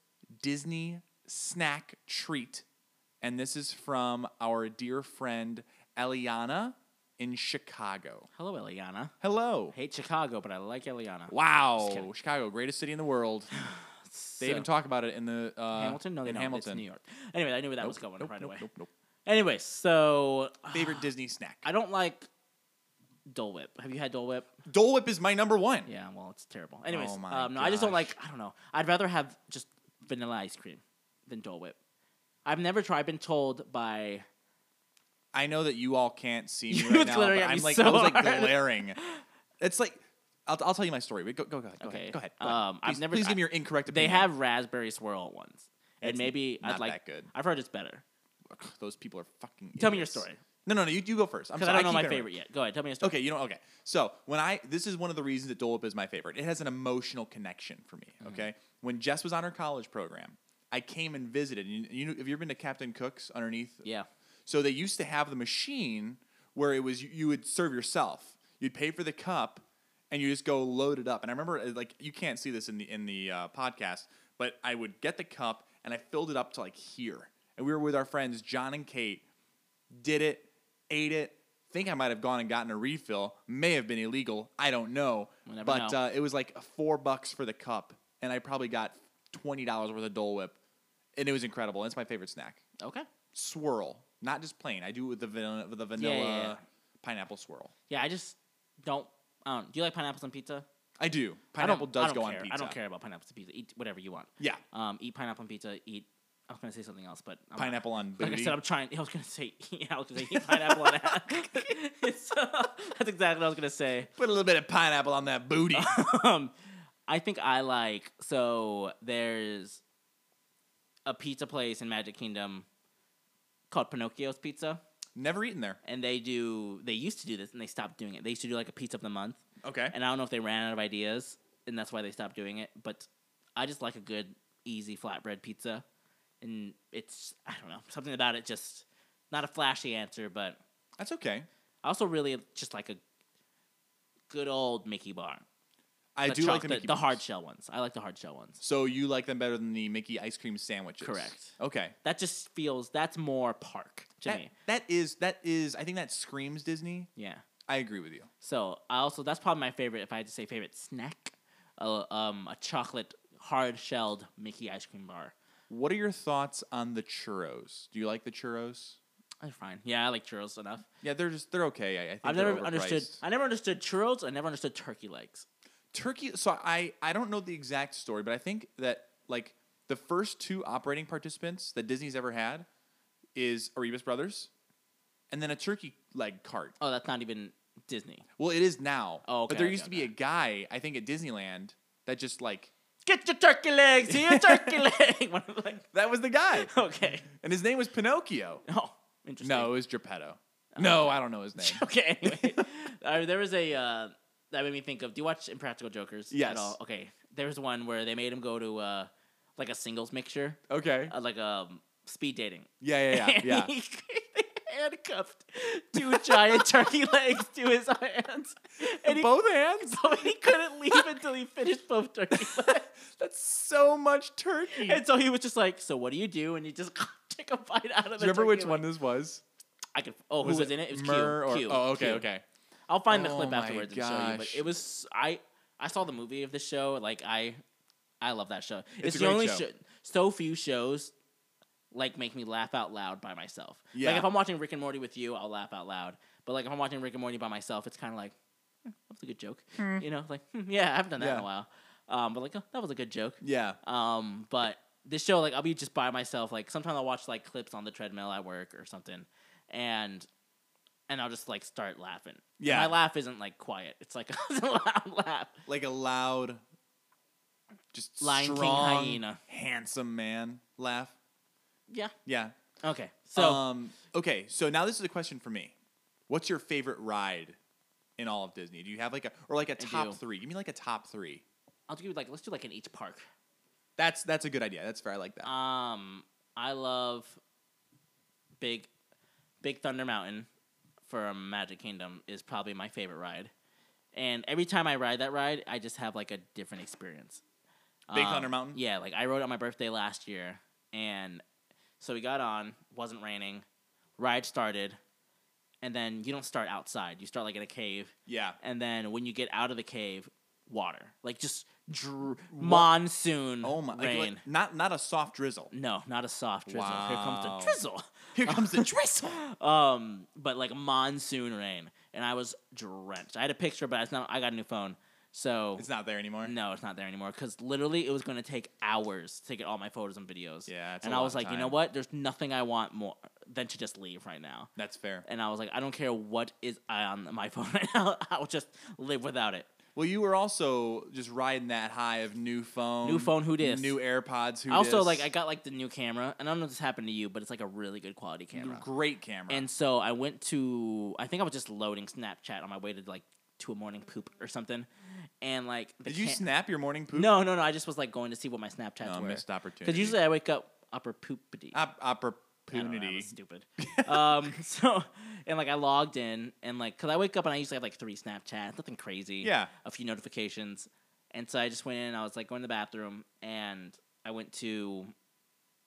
Speaker 1: Disney snack treat? And this is from our dear friend Eliana in Chicago.
Speaker 2: Hello, Eliana.
Speaker 1: Hello.
Speaker 2: Hate Chicago, but I like Eliana. Just
Speaker 1: Wow,
Speaker 2: kidding.
Speaker 1: Chicago, greatest city in the world. They even
Speaker 2: So-
Speaker 1: talk about it in the uh,
Speaker 2: Hamilton? No, they
Speaker 1: in
Speaker 2: don't.
Speaker 1: Hamilton.
Speaker 2: It's New York. Anyway, I knew where that
Speaker 1: Nope,
Speaker 2: was going
Speaker 1: nope,
Speaker 2: right
Speaker 1: nope,
Speaker 2: away.
Speaker 1: nope, nope.
Speaker 2: Anyway, so
Speaker 1: Favorite Disney snack?
Speaker 2: I don't like Dole Whip. Have you had Dole Whip?
Speaker 1: Dole Whip is my number one.
Speaker 2: Yeah, well, it's terrible. Anyways,
Speaker 1: Oh my
Speaker 2: um, no, I just don't
Speaker 1: gosh.
Speaker 2: like. I don't know. I'd rather have just vanilla ice cream than Dole Whip. I've never tried. I've been told by.
Speaker 1: I know that you all can't see me
Speaker 2: You
Speaker 1: right
Speaker 2: was
Speaker 1: now,
Speaker 2: glaring
Speaker 1: but
Speaker 2: at me
Speaker 1: I'm like
Speaker 2: so
Speaker 1: I was like
Speaker 2: hard.
Speaker 1: glaring. It's like I'll, I'll tell you my story. Wait, Go go go ahead. Go
Speaker 2: Okay,
Speaker 1: ahead. Go ahead.
Speaker 2: um, I've
Speaker 1: please,
Speaker 2: never-
Speaker 1: please
Speaker 2: I-
Speaker 1: give me your incorrect
Speaker 2: They
Speaker 1: opinion.
Speaker 2: have raspberry swirl ones, and
Speaker 1: It's
Speaker 2: maybe
Speaker 1: not
Speaker 2: I'd like.
Speaker 1: that good.
Speaker 2: I've heard it's better.
Speaker 1: Ugh, those people are fucking.
Speaker 2: Tell me your
Speaker 1: idiots.
Speaker 2: story.
Speaker 1: No, no, no. You, you go first. I'm
Speaker 2: Because
Speaker 1: sorry.
Speaker 2: I don't know
Speaker 1: keep
Speaker 2: my
Speaker 1: interrupting.
Speaker 2: favorite yet. Go ahead, tell me a story.
Speaker 1: Okay, you know, okay. So when I, this is one of the reasons that Dole Whip is my favorite. It has an emotional connection for me.
Speaker 2: Mm-hmm.
Speaker 1: Okay, when Jess was on her college program, I came and visited. And you, you know, have you ever been to Captain Cook's underneath? uh,
Speaker 2: Yeah.
Speaker 1: So they used to have the machine where it was you, you would serve yourself. You'd pay for the cup, and you just go load it up. And I remember uh, like you can't see this in the in the uh, podcast, but I would get the cup and I filled it up to like here. And we were with our friends John and Kate, did it, ate it. Think I might have gone and gotten a refill. May have been illegal. I don't know.
Speaker 2: We'll never
Speaker 1: but
Speaker 2: know.
Speaker 1: Uh, it was like four bucks for the cup, and I probably got twenty dollars worth of Dole Whip, and it was incredible. It's my favorite snack
Speaker 2: Okay.
Speaker 1: swirl, not just plain. I do it with the vanilla, with the vanilla
Speaker 2: yeah.
Speaker 1: pineapple swirl.
Speaker 2: Yeah, I just don't. I don't. Do you like pineapples on pizza?
Speaker 1: I do.
Speaker 2: I don't-
Speaker 1: Pineapple does
Speaker 2: I don't
Speaker 1: go
Speaker 2: care.
Speaker 1: on pizza.
Speaker 2: I don't care about pineapples on pizza. Eat whatever you want.
Speaker 1: Yeah,
Speaker 2: Um, eat pineapple on pizza. Eat. I was gonna say something else, but I'm not.
Speaker 1: pineapple on
Speaker 2: Like I
Speaker 1: booty.
Speaker 2: said, I'm trying. I was gonna say. Yeah, I was gonna say eat pineapple on that. It's, uh, that's exactly what I was gonna say.
Speaker 1: Put a little bit of pineapple on that booty.
Speaker 2: um, I think I like so there's a pizza place in Magic Kingdom called Pinocchio's Pizza,
Speaker 1: Never eaten there.
Speaker 2: and they do they used to do this and they stopped doing it. They used to do like a pizza of the month,
Speaker 1: Okay.
Speaker 2: and I don't know if they ran out of ideas and that's why they stopped doing it. But I just like a good easy flatbread pizza, and it's I don't know something about it just not a flashy answer, but
Speaker 1: That's okay.
Speaker 2: I also really just like a good old Mickey bar.
Speaker 1: I do like the,
Speaker 2: chocolate-
Speaker 1: Mickey
Speaker 2: the
Speaker 1: bars.
Speaker 2: hard shell ones. I like the hard shell ones.
Speaker 1: So you like them better than the Mickey ice cream sandwiches?
Speaker 2: Correct.
Speaker 1: Okay.
Speaker 2: That just feels that's more park to
Speaker 1: That,
Speaker 2: me.
Speaker 1: that is that is I think that screams Disney.
Speaker 2: Yeah.
Speaker 1: I agree with you.
Speaker 2: So I also that's probably my favorite. If I had to say favorite snack, uh, um, a chocolate hard shelled Mickey ice cream bar.
Speaker 1: What are your thoughts on the churros? Do you like the churros?
Speaker 2: That's fine. Yeah, I like churros enough.
Speaker 1: Yeah, they're just they're okay. I, I think
Speaker 2: I've
Speaker 1: they're
Speaker 2: never understood.
Speaker 1: overpriced.
Speaker 2: I never understood churros. I never understood turkey legs.
Speaker 1: Turkey. So I I don't know the exact story, but I think that like the first two operating participants that Disney's ever had is Erebus Brothers, and then a turkey leg cart.
Speaker 2: Oh, that's not even Disney.
Speaker 1: Well, it is now.
Speaker 2: Oh, okay,
Speaker 1: but there
Speaker 2: okay,
Speaker 1: used to be a guy I think at Disneyland that just like
Speaker 2: Get your turkey legs here, turkey leg. When I'm like,
Speaker 1: that was the guy,
Speaker 2: okay.
Speaker 1: and his name was Pinocchio. Oh,
Speaker 2: Oh, interesting.
Speaker 1: No, it was Geppetto. No, I don't know his name.
Speaker 2: okay. Anyway, uh, there was a uh, that made me think of. Do you watch Impractical Jokers?
Speaker 1: Yes.
Speaker 2: At all? Okay. There was one where they made him go to uh, like a singles mixture,
Speaker 1: Okay.
Speaker 2: uh, like um, speed dating.
Speaker 1: Yeah, yeah, yeah,
Speaker 2: And
Speaker 1: yeah.
Speaker 2: he handcuffed two giant turkey legs to his hands, and he,
Speaker 1: Both hands.
Speaker 2: so he couldn't leave until he finished both turkey legs.
Speaker 1: That's so much turkey. Do
Speaker 2: and so he was just like, "So what do you do?" And he just took a bite out of.
Speaker 1: you
Speaker 2: the
Speaker 1: remember
Speaker 2: turkey
Speaker 1: which
Speaker 2: leg.
Speaker 1: one this was?
Speaker 2: I could. Oh, who was, in it? It was Q.
Speaker 1: Myrrh or-
Speaker 2: Q.
Speaker 1: Oh, okay,
Speaker 2: Q.
Speaker 1: okay.
Speaker 2: I'll find the
Speaker 1: Oh
Speaker 2: clip
Speaker 1: my
Speaker 2: afterwards and show you. But
Speaker 1: gosh.
Speaker 2: it was I I saw the movie of the show. Like I I love that show. It's,
Speaker 1: a
Speaker 2: the
Speaker 1: great
Speaker 2: only
Speaker 1: show.
Speaker 2: so few shows like make me laugh out loud by myself.
Speaker 1: Yeah.
Speaker 2: Like if I'm watching Rick and Morty with you, I'll laugh out loud. But like if I'm watching Rick and Morty by myself, it's kind of like "Hmm, that was a good joke. You know, like "Hmm, yeah, I haven't done that in
Speaker 1: Yeah.
Speaker 2: a while. Um, but like oh, that was a good joke.
Speaker 1: Yeah.
Speaker 2: Um, but this show, like, I'll be just by myself. Like, sometimes I'll watch like clips on the treadmill at work or something, and and I'll just like start laughing. And
Speaker 1: Yeah.
Speaker 2: my laugh isn't like quiet. It's like a loud laugh.
Speaker 1: like a loud, just
Speaker 2: Lion King
Speaker 1: strong,
Speaker 2: hyena.
Speaker 1: handsome man laugh.
Speaker 2: Yeah.
Speaker 1: Yeah.
Speaker 2: Okay. So
Speaker 1: um, okay, so now this is a question for me. What's your favorite ride in all of Disney? Do you have like a or like a top
Speaker 2: do.
Speaker 1: three? Give me like a top three.
Speaker 2: I'll give you like let's do like in each park.
Speaker 1: That's that's a good idea. That's fair. I like that.
Speaker 2: Um, I love Big Big Thunder Mountain from Magic Kingdom is probably my favorite ride, and every time I ride that ride, I just have like a different experience. Um,
Speaker 1: Big Thunder Mountain?
Speaker 2: Yeah, like I rode it on my birthday last year, and so we got on. wasn't raining. Ride started, and then you don't start outside. You start like in a cave,
Speaker 1: yeah.
Speaker 2: and then when you get out of the cave, water like just dr- monsoon
Speaker 1: Oh my! like-
Speaker 2: rain.
Speaker 1: like, not not a soft drizzle.
Speaker 2: No, not a soft drizzle. Here
Speaker 1: Wow.
Speaker 2: comes the drizzle.
Speaker 1: Here comes the drizzle.
Speaker 2: Um, but like monsoon rain, and I was drenched. I had a picture, but it's not. I got a new phone, so
Speaker 1: It's not there anymore.
Speaker 2: no, it's not there anymore. Because literally, it was going to take hours to get all my photos and videos.
Speaker 1: Yeah, it's a
Speaker 2: and
Speaker 1: lot
Speaker 2: I was
Speaker 1: of
Speaker 2: like, you know
Speaker 1: time.
Speaker 2: what? There's nothing I want more than to just leave right now.
Speaker 1: That's fair.
Speaker 2: And I was like, I don't care what is on my phone right now. I'll just live without it.
Speaker 1: Well, you were also just riding that high of new phone,
Speaker 2: New phone, who dis?
Speaker 1: new AirPods. Who
Speaker 2: also,
Speaker 1: dis?
Speaker 2: like I got like the new camera, and I don't know if this happened to you, but it's like a really good quality camera.
Speaker 1: great camera.
Speaker 2: And so I went to I think I was just loading Snapchat on my way to like to a morning poop or something, and like the
Speaker 1: did you
Speaker 2: ca-
Speaker 1: snap your morning poop?
Speaker 2: No, no, no. I just was like going to see what my Snapchats
Speaker 1: No,
Speaker 2: were.
Speaker 1: missed opportunity.
Speaker 2: Because usually I wake up upper poopity.
Speaker 1: Op-
Speaker 2: I don't know, that
Speaker 1: opportunity.
Speaker 2: was stupid. um, so and like I logged in and like because I wake up and I usually have like three Snapchats, nothing crazy.
Speaker 1: Yeah.
Speaker 2: a few notifications, and so I just went in. and I was like going to the bathroom and I went to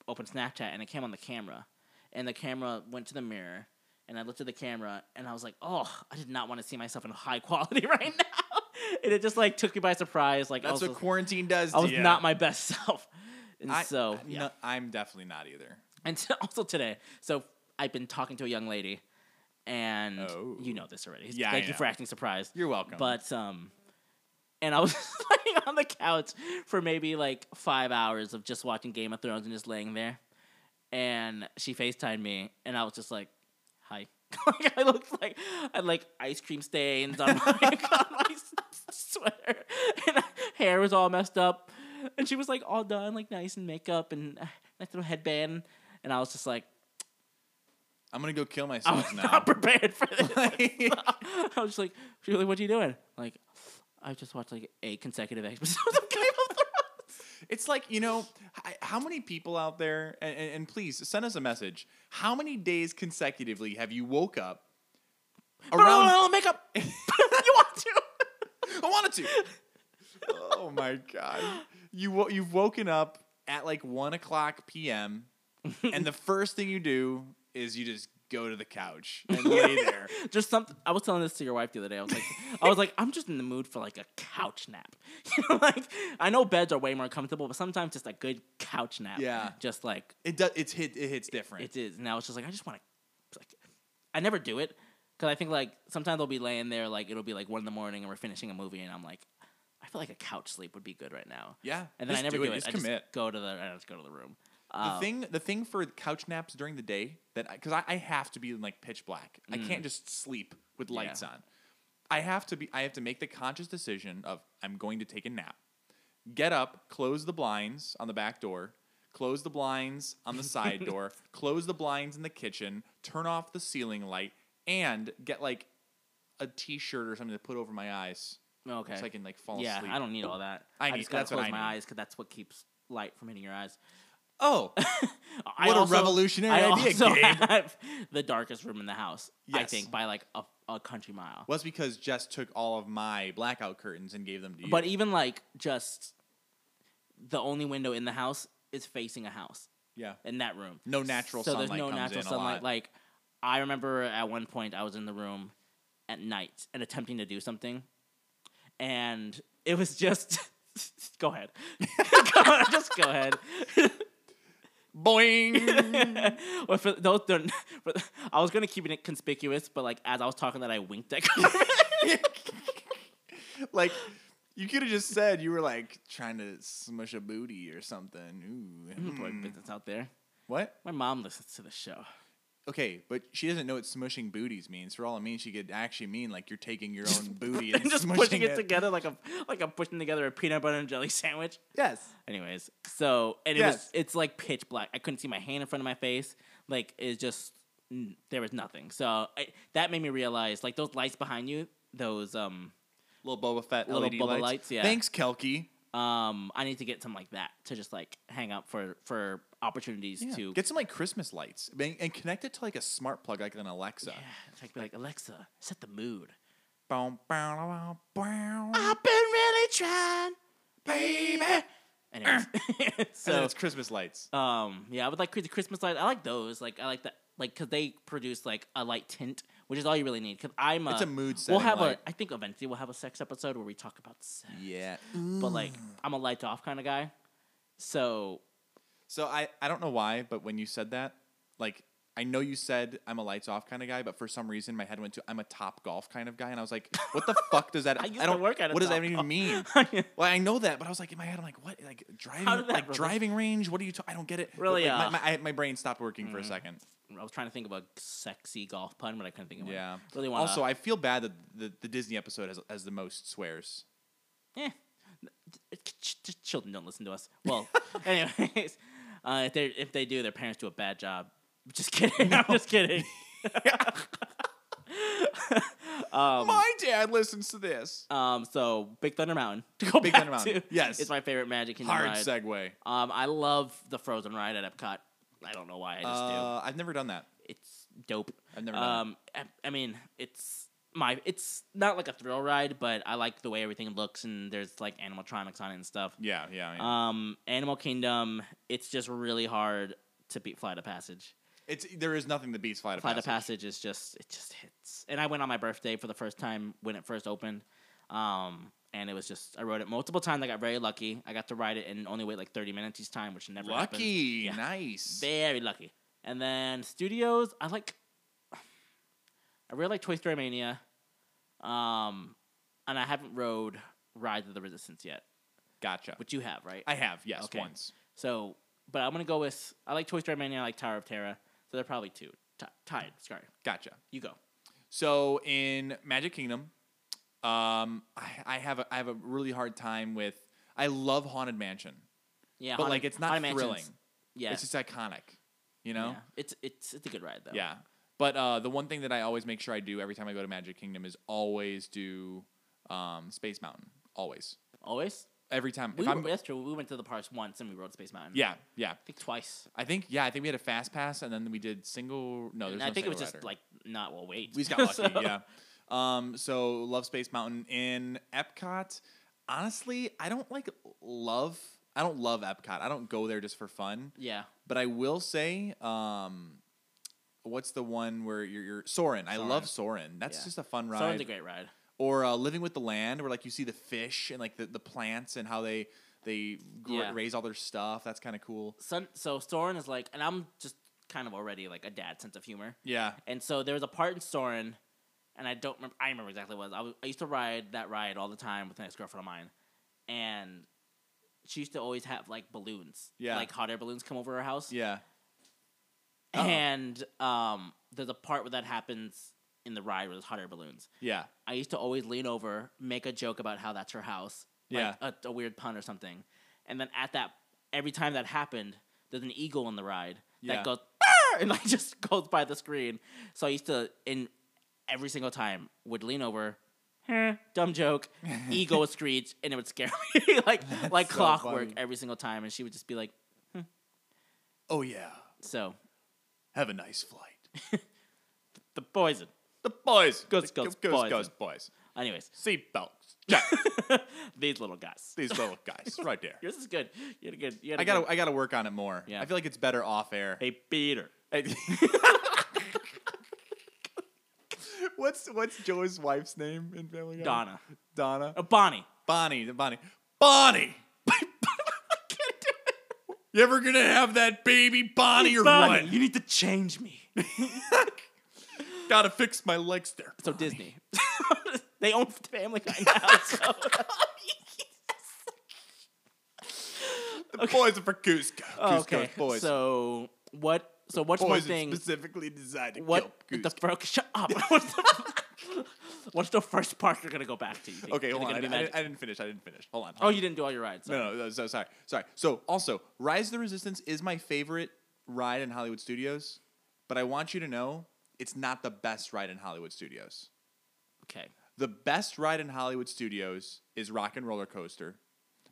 Speaker 2: open Snapchat and it came on the camera, and the camera went to the mirror. And I looked at the camera and I was like, oh, I did not want to see myself in high quality right now. and it just like took me by surprise. Like I
Speaker 1: That's
Speaker 2: was
Speaker 1: what
Speaker 2: just-
Speaker 1: quarantine does.
Speaker 2: I
Speaker 1: to
Speaker 2: was
Speaker 1: ya.
Speaker 2: not my best self. And
Speaker 1: I-
Speaker 2: so,
Speaker 1: I-
Speaker 2: yeah.
Speaker 1: no, I'm definitely not either.
Speaker 2: And so- also today, so I've been talking to a young lady, and
Speaker 1: Oh.
Speaker 2: you know this already.
Speaker 1: Yeah, I
Speaker 2: Thank you
Speaker 1: know.
Speaker 2: for acting surprised.
Speaker 1: You're welcome.
Speaker 2: But, um, and I was laying on the couch for maybe like five hours of just watching Game of Thrones and just laying there. And she FaceTimed me, and I was just like, hi. like I looked like I had like ice cream stains on my, on my s- sweater, and hair was all messed up. And she was like all done, like nice and makeup and uh, nice little headband. And I was just like,
Speaker 1: I'm gonna go kill
Speaker 2: I
Speaker 1: myself
Speaker 2: was
Speaker 1: now.
Speaker 2: not prepared for this.
Speaker 1: Like-
Speaker 2: I was just like, she was like, what are you doing? Like, I just watched like eight consecutive episodes of Game of Thrones.
Speaker 1: It's like, you know, h- how many people out there, and, and, and please send us a message. How many days consecutively have you woke up
Speaker 2: Put on a
Speaker 1: around?
Speaker 2: little makeup. you want to?
Speaker 1: I wanted to. oh my God. You, wo- you've woken up at like 1 o'clock p.m., and the first thing you do is you just go to the couch and lay there.
Speaker 2: Just something. I was telling this to your wife the other day. I was like, I was like, I'm just in the mood for like a couch nap. You know, like I know beds are way more comfortable, but sometimes just a good couch nap.
Speaker 1: Yeah.
Speaker 2: Just like
Speaker 1: It, does, it's hit, it hits different.
Speaker 2: it is. Now it's just like I just want to. Like, I never do it because I think like sometimes I'll be laying there like it'll be like one in the morning and we're finishing a movie and I'm like, I feel like a couch sleep would be good right now.
Speaker 1: yeah.
Speaker 2: And then
Speaker 1: Just
Speaker 2: I never do it.
Speaker 1: Just
Speaker 2: I just
Speaker 1: commit.
Speaker 2: go to the I just go to the room.
Speaker 1: The
Speaker 2: Um,
Speaker 1: thing, the thing for couch naps during the day that because I, I have to be in like pitch black. I can't just sleep with lights
Speaker 2: Mm. Yeah.
Speaker 1: on. I have to be. I have to make the conscious decision of I'm going to take a nap. Get up, close the blinds on the back door, close the blinds on the side door, close the blinds in the kitchen, turn off the ceiling light, and get like a t-shirt or something to put over my eyes
Speaker 2: okay.
Speaker 1: so I can like fall
Speaker 2: yeah,
Speaker 1: asleep.
Speaker 2: I don't need all that.
Speaker 1: I
Speaker 2: I,
Speaker 1: need-
Speaker 2: just gotta
Speaker 1: that's what
Speaker 2: close
Speaker 1: I
Speaker 2: my
Speaker 1: need.
Speaker 2: eyes because that's what keeps light from hitting your eyes.
Speaker 1: oh,
Speaker 2: I
Speaker 1: What a
Speaker 2: also-
Speaker 1: revolutionary
Speaker 2: I
Speaker 1: idea,
Speaker 2: also
Speaker 1: Gabe.
Speaker 2: have the darkest room in the house. I
Speaker 1: Yes.
Speaker 2: think by like a, a country mile.
Speaker 1: was because Jess took all of my blackout curtains and gave them to you.
Speaker 2: But e- even like just the only window in the house is facing a house
Speaker 1: yeah.
Speaker 2: in that room.
Speaker 1: No natural
Speaker 2: so
Speaker 1: sunlight
Speaker 2: there's no
Speaker 1: comes
Speaker 2: natural
Speaker 1: in a
Speaker 2: sunlight.
Speaker 1: lot.
Speaker 2: Like I remember at one point I was in the room at night and attempting to do something, and it was just go ahead, Go on, just go ahead.
Speaker 1: Boing.
Speaker 2: well, for those, don't- for, I was gonna keep it conspicuous, but like as I was talking, that I winked at. Carmen.
Speaker 1: like you could have just said you were like trying to smush a booty or something. Ooh.
Speaker 2: Boy,
Speaker 1: hmm.
Speaker 2: business out there.
Speaker 1: What?
Speaker 2: My mom listens to the show.
Speaker 1: Okay, but she doesn't know what smushing booties means. For all it means, she could actually mean like you're taking your own booty and
Speaker 2: and just
Speaker 1: smushing
Speaker 2: pushing it,
Speaker 1: it.
Speaker 2: together like I'm like I'm pushing together a peanut butter and jelly sandwich.
Speaker 1: Yes.
Speaker 2: Anyways, so and it
Speaker 1: Yes.
Speaker 2: was it's like pitch black. I couldn't see my hand in front of my face. Like it's just n- there was nothing. So I, that made me realize like those lights behind you, those um
Speaker 1: Little Boba Fett
Speaker 2: Little
Speaker 1: LED
Speaker 2: Boba
Speaker 1: lights.
Speaker 2: lights, yeah.
Speaker 1: Thanks, Kelky.
Speaker 2: um I need to get some like that to just like hang up for for opportunities
Speaker 1: Yeah.
Speaker 2: to
Speaker 1: Get some like Christmas lights and, and connect it to like a smart plug, like an Alexa.
Speaker 2: yeah, it's like be like Alexa, set the mood.
Speaker 1: Bow, bow, bow, bow.
Speaker 2: I've been really trying,
Speaker 1: baby.
Speaker 2: Anyways,
Speaker 1: So
Speaker 2: so
Speaker 1: it's Christmas lights.
Speaker 2: Um, yeah, I would like the Christmas lights. I like those. Like I like that. Like because they produce like a light tint, which is all you really need. Because I'm a,
Speaker 1: It's a mood setting
Speaker 2: We'll have
Speaker 1: light.
Speaker 2: a. I think eventually we'll have a sex episode where we talk about sex.
Speaker 1: Yeah.
Speaker 2: But like
Speaker 1: Mm.
Speaker 2: I'm a lights off kind of guy, so
Speaker 1: So I, I don't know why, but when you said that, like I know you said I'm a lights off kind of guy, but for some reason my head went to I'm a top golf kind of guy, and I was like, what the fuck does that?
Speaker 2: I used
Speaker 1: don't
Speaker 2: to work at a
Speaker 1: What does that
Speaker 2: Topgolf.
Speaker 1: even mean? well, I know that, but I was like in my head, I'm like, what? Like driving,
Speaker 2: How did that
Speaker 1: like
Speaker 2: relate?
Speaker 1: driving range? What are you? Ta- I don't get it. But,
Speaker 2: Really,
Speaker 1: like,
Speaker 2: uh, Hmm.
Speaker 1: my, my, I- my brain stopped working for a second.
Speaker 2: I was trying to think of a sexy golf pun, but I couldn't think of one.
Speaker 1: Yeah.
Speaker 2: really want.
Speaker 1: Also, I feel bad that the, the Disney episode has has the most swears.
Speaker 2: eh, ch- ch- children don't listen to us. Well, anyways, uh, if they if they do, their parents do a bad job. Just kidding. I'm just kidding. um,
Speaker 1: My dad listens to this.
Speaker 2: um, so Big Thunder Mountain. To go
Speaker 1: Big
Speaker 2: back
Speaker 1: Thunder Mountain,
Speaker 2: to,
Speaker 1: yes.
Speaker 2: it's my favorite Magic Kingdom
Speaker 1: Hard
Speaker 2: ride.
Speaker 1: segue.
Speaker 2: Um, I love the Frozen ride at Epcot. I don't know why I just do.
Speaker 1: Uh, I've never done that.
Speaker 2: It's dope.
Speaker 1: I've never done
Speaker 2: Um, I, I mean, it's my. It's not like a thrill ride, but I like the way everything looks and there's like animatronics on it and stuff.
Speaker 1: it. Yeah, yeah. yeah.
Speaker 2: Um, Animal Kingdom. It's just really hard to beat Flight of Passage.
Speaker 1: it's there is nothing that beats Flight of
Speaker 2: Flight
Speaker 1: Passage.
Speaker 2: of Passage is just it just hits. And I went on my birthday for the first time when it first opened. Um and it was just I rode it multiple times. I got very lucky. I got to ride it and only wait like 30 minutes each time, which never happens.
Speaker 1: Lucky,
Speaker 2: Yeah.
Speaker 1: nice.
Speaker 2: Very lucky. And then studios, I like I really like Toy Story Mania. Um and I haven't rode Rise of the Resistance yet,
Speaker 1: gotcha.
Speaker 2: which you have, right?
Speaker 1: I have yes
Speaker 2: Okay.
Speaker 1: once.
Speaker 2: So, but I'm gonna go with I like Toy Story Mania, I like Tower of Terror. So they're probably two. Ti tied. Sorry,
Speaker 1: Gotcha.
Speaker 2: you go.
Speaker 1: So in Magic Kingdom, um, I, I have a, I have a really hard time with. I love Haunted Mansion,
Speaker 2: Yeah,
Speaker 1: but
Speaker 2: Haunted-
Speaker 1: like it's not
Speaker 2: Haunted Mansion's-
Speaker 1: thrilling.
Speaker 2: Yeah,
Speaker 1: It's just iconic, you know.
Speaker 2: yeah. it's it's it's a good ride though.
Speaker 1: Yeah. But uh, the one thing that I always make sure I do every time I go to Magic Kingdom is always do um, Space Mountain. Always.
Speaker 2: always.
Speaker 1: Every time.
Speaker 2: We
Speaker 1: If I'm-
Speaker 2: were, that's true. We went to the parks once and we rode Space Mountain.
Speaker 1: yeah, yeah.
Speaker 2: I think twice.
Speaker 1: I think, yeah, I think we had a fast pass and then we did single. No, there's
Speaker 2: And
Speaker 1: no
Speaker 2: I think
Speaker 1: single
Speaker 2: it was just
Speaker 1: rider.
Speaker 2: like not well weight.
Speaker 1: We just got lucky, yeah. Um, so love Space Mountain in Epcot. Honestly, I don't like love. I don't love Epcot. I don't go there just for fun.
Speaker 2: Yeah,
Speaker 1: But I will say, um, what's the one where you're, you're Soren? I
Speaker 2: Soarin'.
Speaker 1: love Soren. That's
Speaker 2: Yeah.
Speaker 1: just a fun ride.
Speaker 2: so it's a great ride.
Speaker 1: or uh, Living with the Land, where like you see the fish and like the, the plants and how they they gr-
Speaker 2: Yeah.
Speaker 1: raise all their stuff. That's kind of cool.
Speaker 2: Sun, so Soren is like, and I'm just kind of already like a dad sense of humor,
Speaker 1: Yeah,
Speaker 2: and so there was a part in Soren, and I don't remember. I remember exactly what it was. I, was, I used to ride that ride all the time with an ex girlfriend of mine, and she used to always have like balloons,
Speaker 1: Yeah.
Speaker 2: like hot air balloons come over her house,
Speaker 1: yeah, Oh.
Speaker 2: And um, there's a part where that happens in the ride with those hot air balloons.
Speaker 1: yeah,
Speaker 2: I used to always lean over, make a joke about how that's her house,
Speaker 1: Yeah.
Speaker 2: like a, a weird pun or something. And then at that, every time that happened, there's an eagle in the ride
Speaker 1: Yeah.
Speaker 2: that goes "Arr!" and like just goes by the screen. So I used to in every single time would lean over. "Huh, Dumb joke. Eagle would screech, and it would scare me like like
Speaker 1: so
Speaker 2: clockwork
Speaker 1: funny.
Speaker 2: every single time. And she would just be like,
Speaker 1: Oh yeah,
Speaker 2: "So
Speaker 1: have a nice flight.
Speaker 2: the poison."
Speaker 1: The boys,
Speaker 2: Goes,
Speaker 1: the
Speaker 2: goes,
Speaker 1: go-
Speaker 2: boys.
Speaker 1: goes, boys.
Speaker 2: Anyways,
Speaker 1: Seatbelts, check.
Speaker 2: these little guys.
Speaker 1: These little guys, right there.
Speaker 2: Yours is good. You had a good. You had a
Speaker 1: I gotta
Speaker 2: good-
Speaker 1: I gotta work on it more.
Speaker 2: Yeah.
Speaker 1: I feel like it's better off air.
Speaker 2: Hey, Peter.
Speaker 1: What's what's Joe's wife's name in Family Guy?
Speaker 2: Donna.
Speaker 1: Donna.
Speaker 2: Uh, Bonnie.
Speaker 1: Oh, Bonnie. The Bonnie. Bonnie. You ever gonna have that baby Bonnie or
Speaker 2: Bonnie,
Speaker 1: what?
Speaker 2: you need to change me.
Speaker 1: Gotta fix my legs there.
Speaker 2: So Disney. they own Family Guy now. So.
Speaker 1: The boys are for Cusco. Cusco's
Speaker 2: Oh, okay.
Speaker 1: boys.
Speaker 2: So what? So what's
Speaker 1: boys
Speaker 2: one
Speaker 1: are
Speaker 2: thing?
Speaker 1: specifically designed to
Speaker 2: What
Speaker 1: kill
Speaker 2: the
Speaker 1: Cusco.
Speaker 2: fuck? Shut up. What's the, what's the first park you're gonna go back to? You think?
Speaker 1: okay,
Speaker 2: Is it
Speaker 1: hold on. I,
Speaker 2: gonna be
Speaker 1: I
Speaker 2: Magic-
Speaker 1: didn't, I didn't finish. I didn't finish. Hold on.
Speaker 2: oh,
Speaker 1: Hold
Speaker 2: you didn't do all your rides.
Speaker 1: on. No, no, no, so, sorry. Sorry. So, also, Rise of the Resistance is my favorite ride in Hollywood Studios, but I want you to know it's not the best ride in Hollywood Studios.
Speaker 2: Okay.
Speaker 1: The best ride in Hollywood Studios is Rock and Roller Coaster,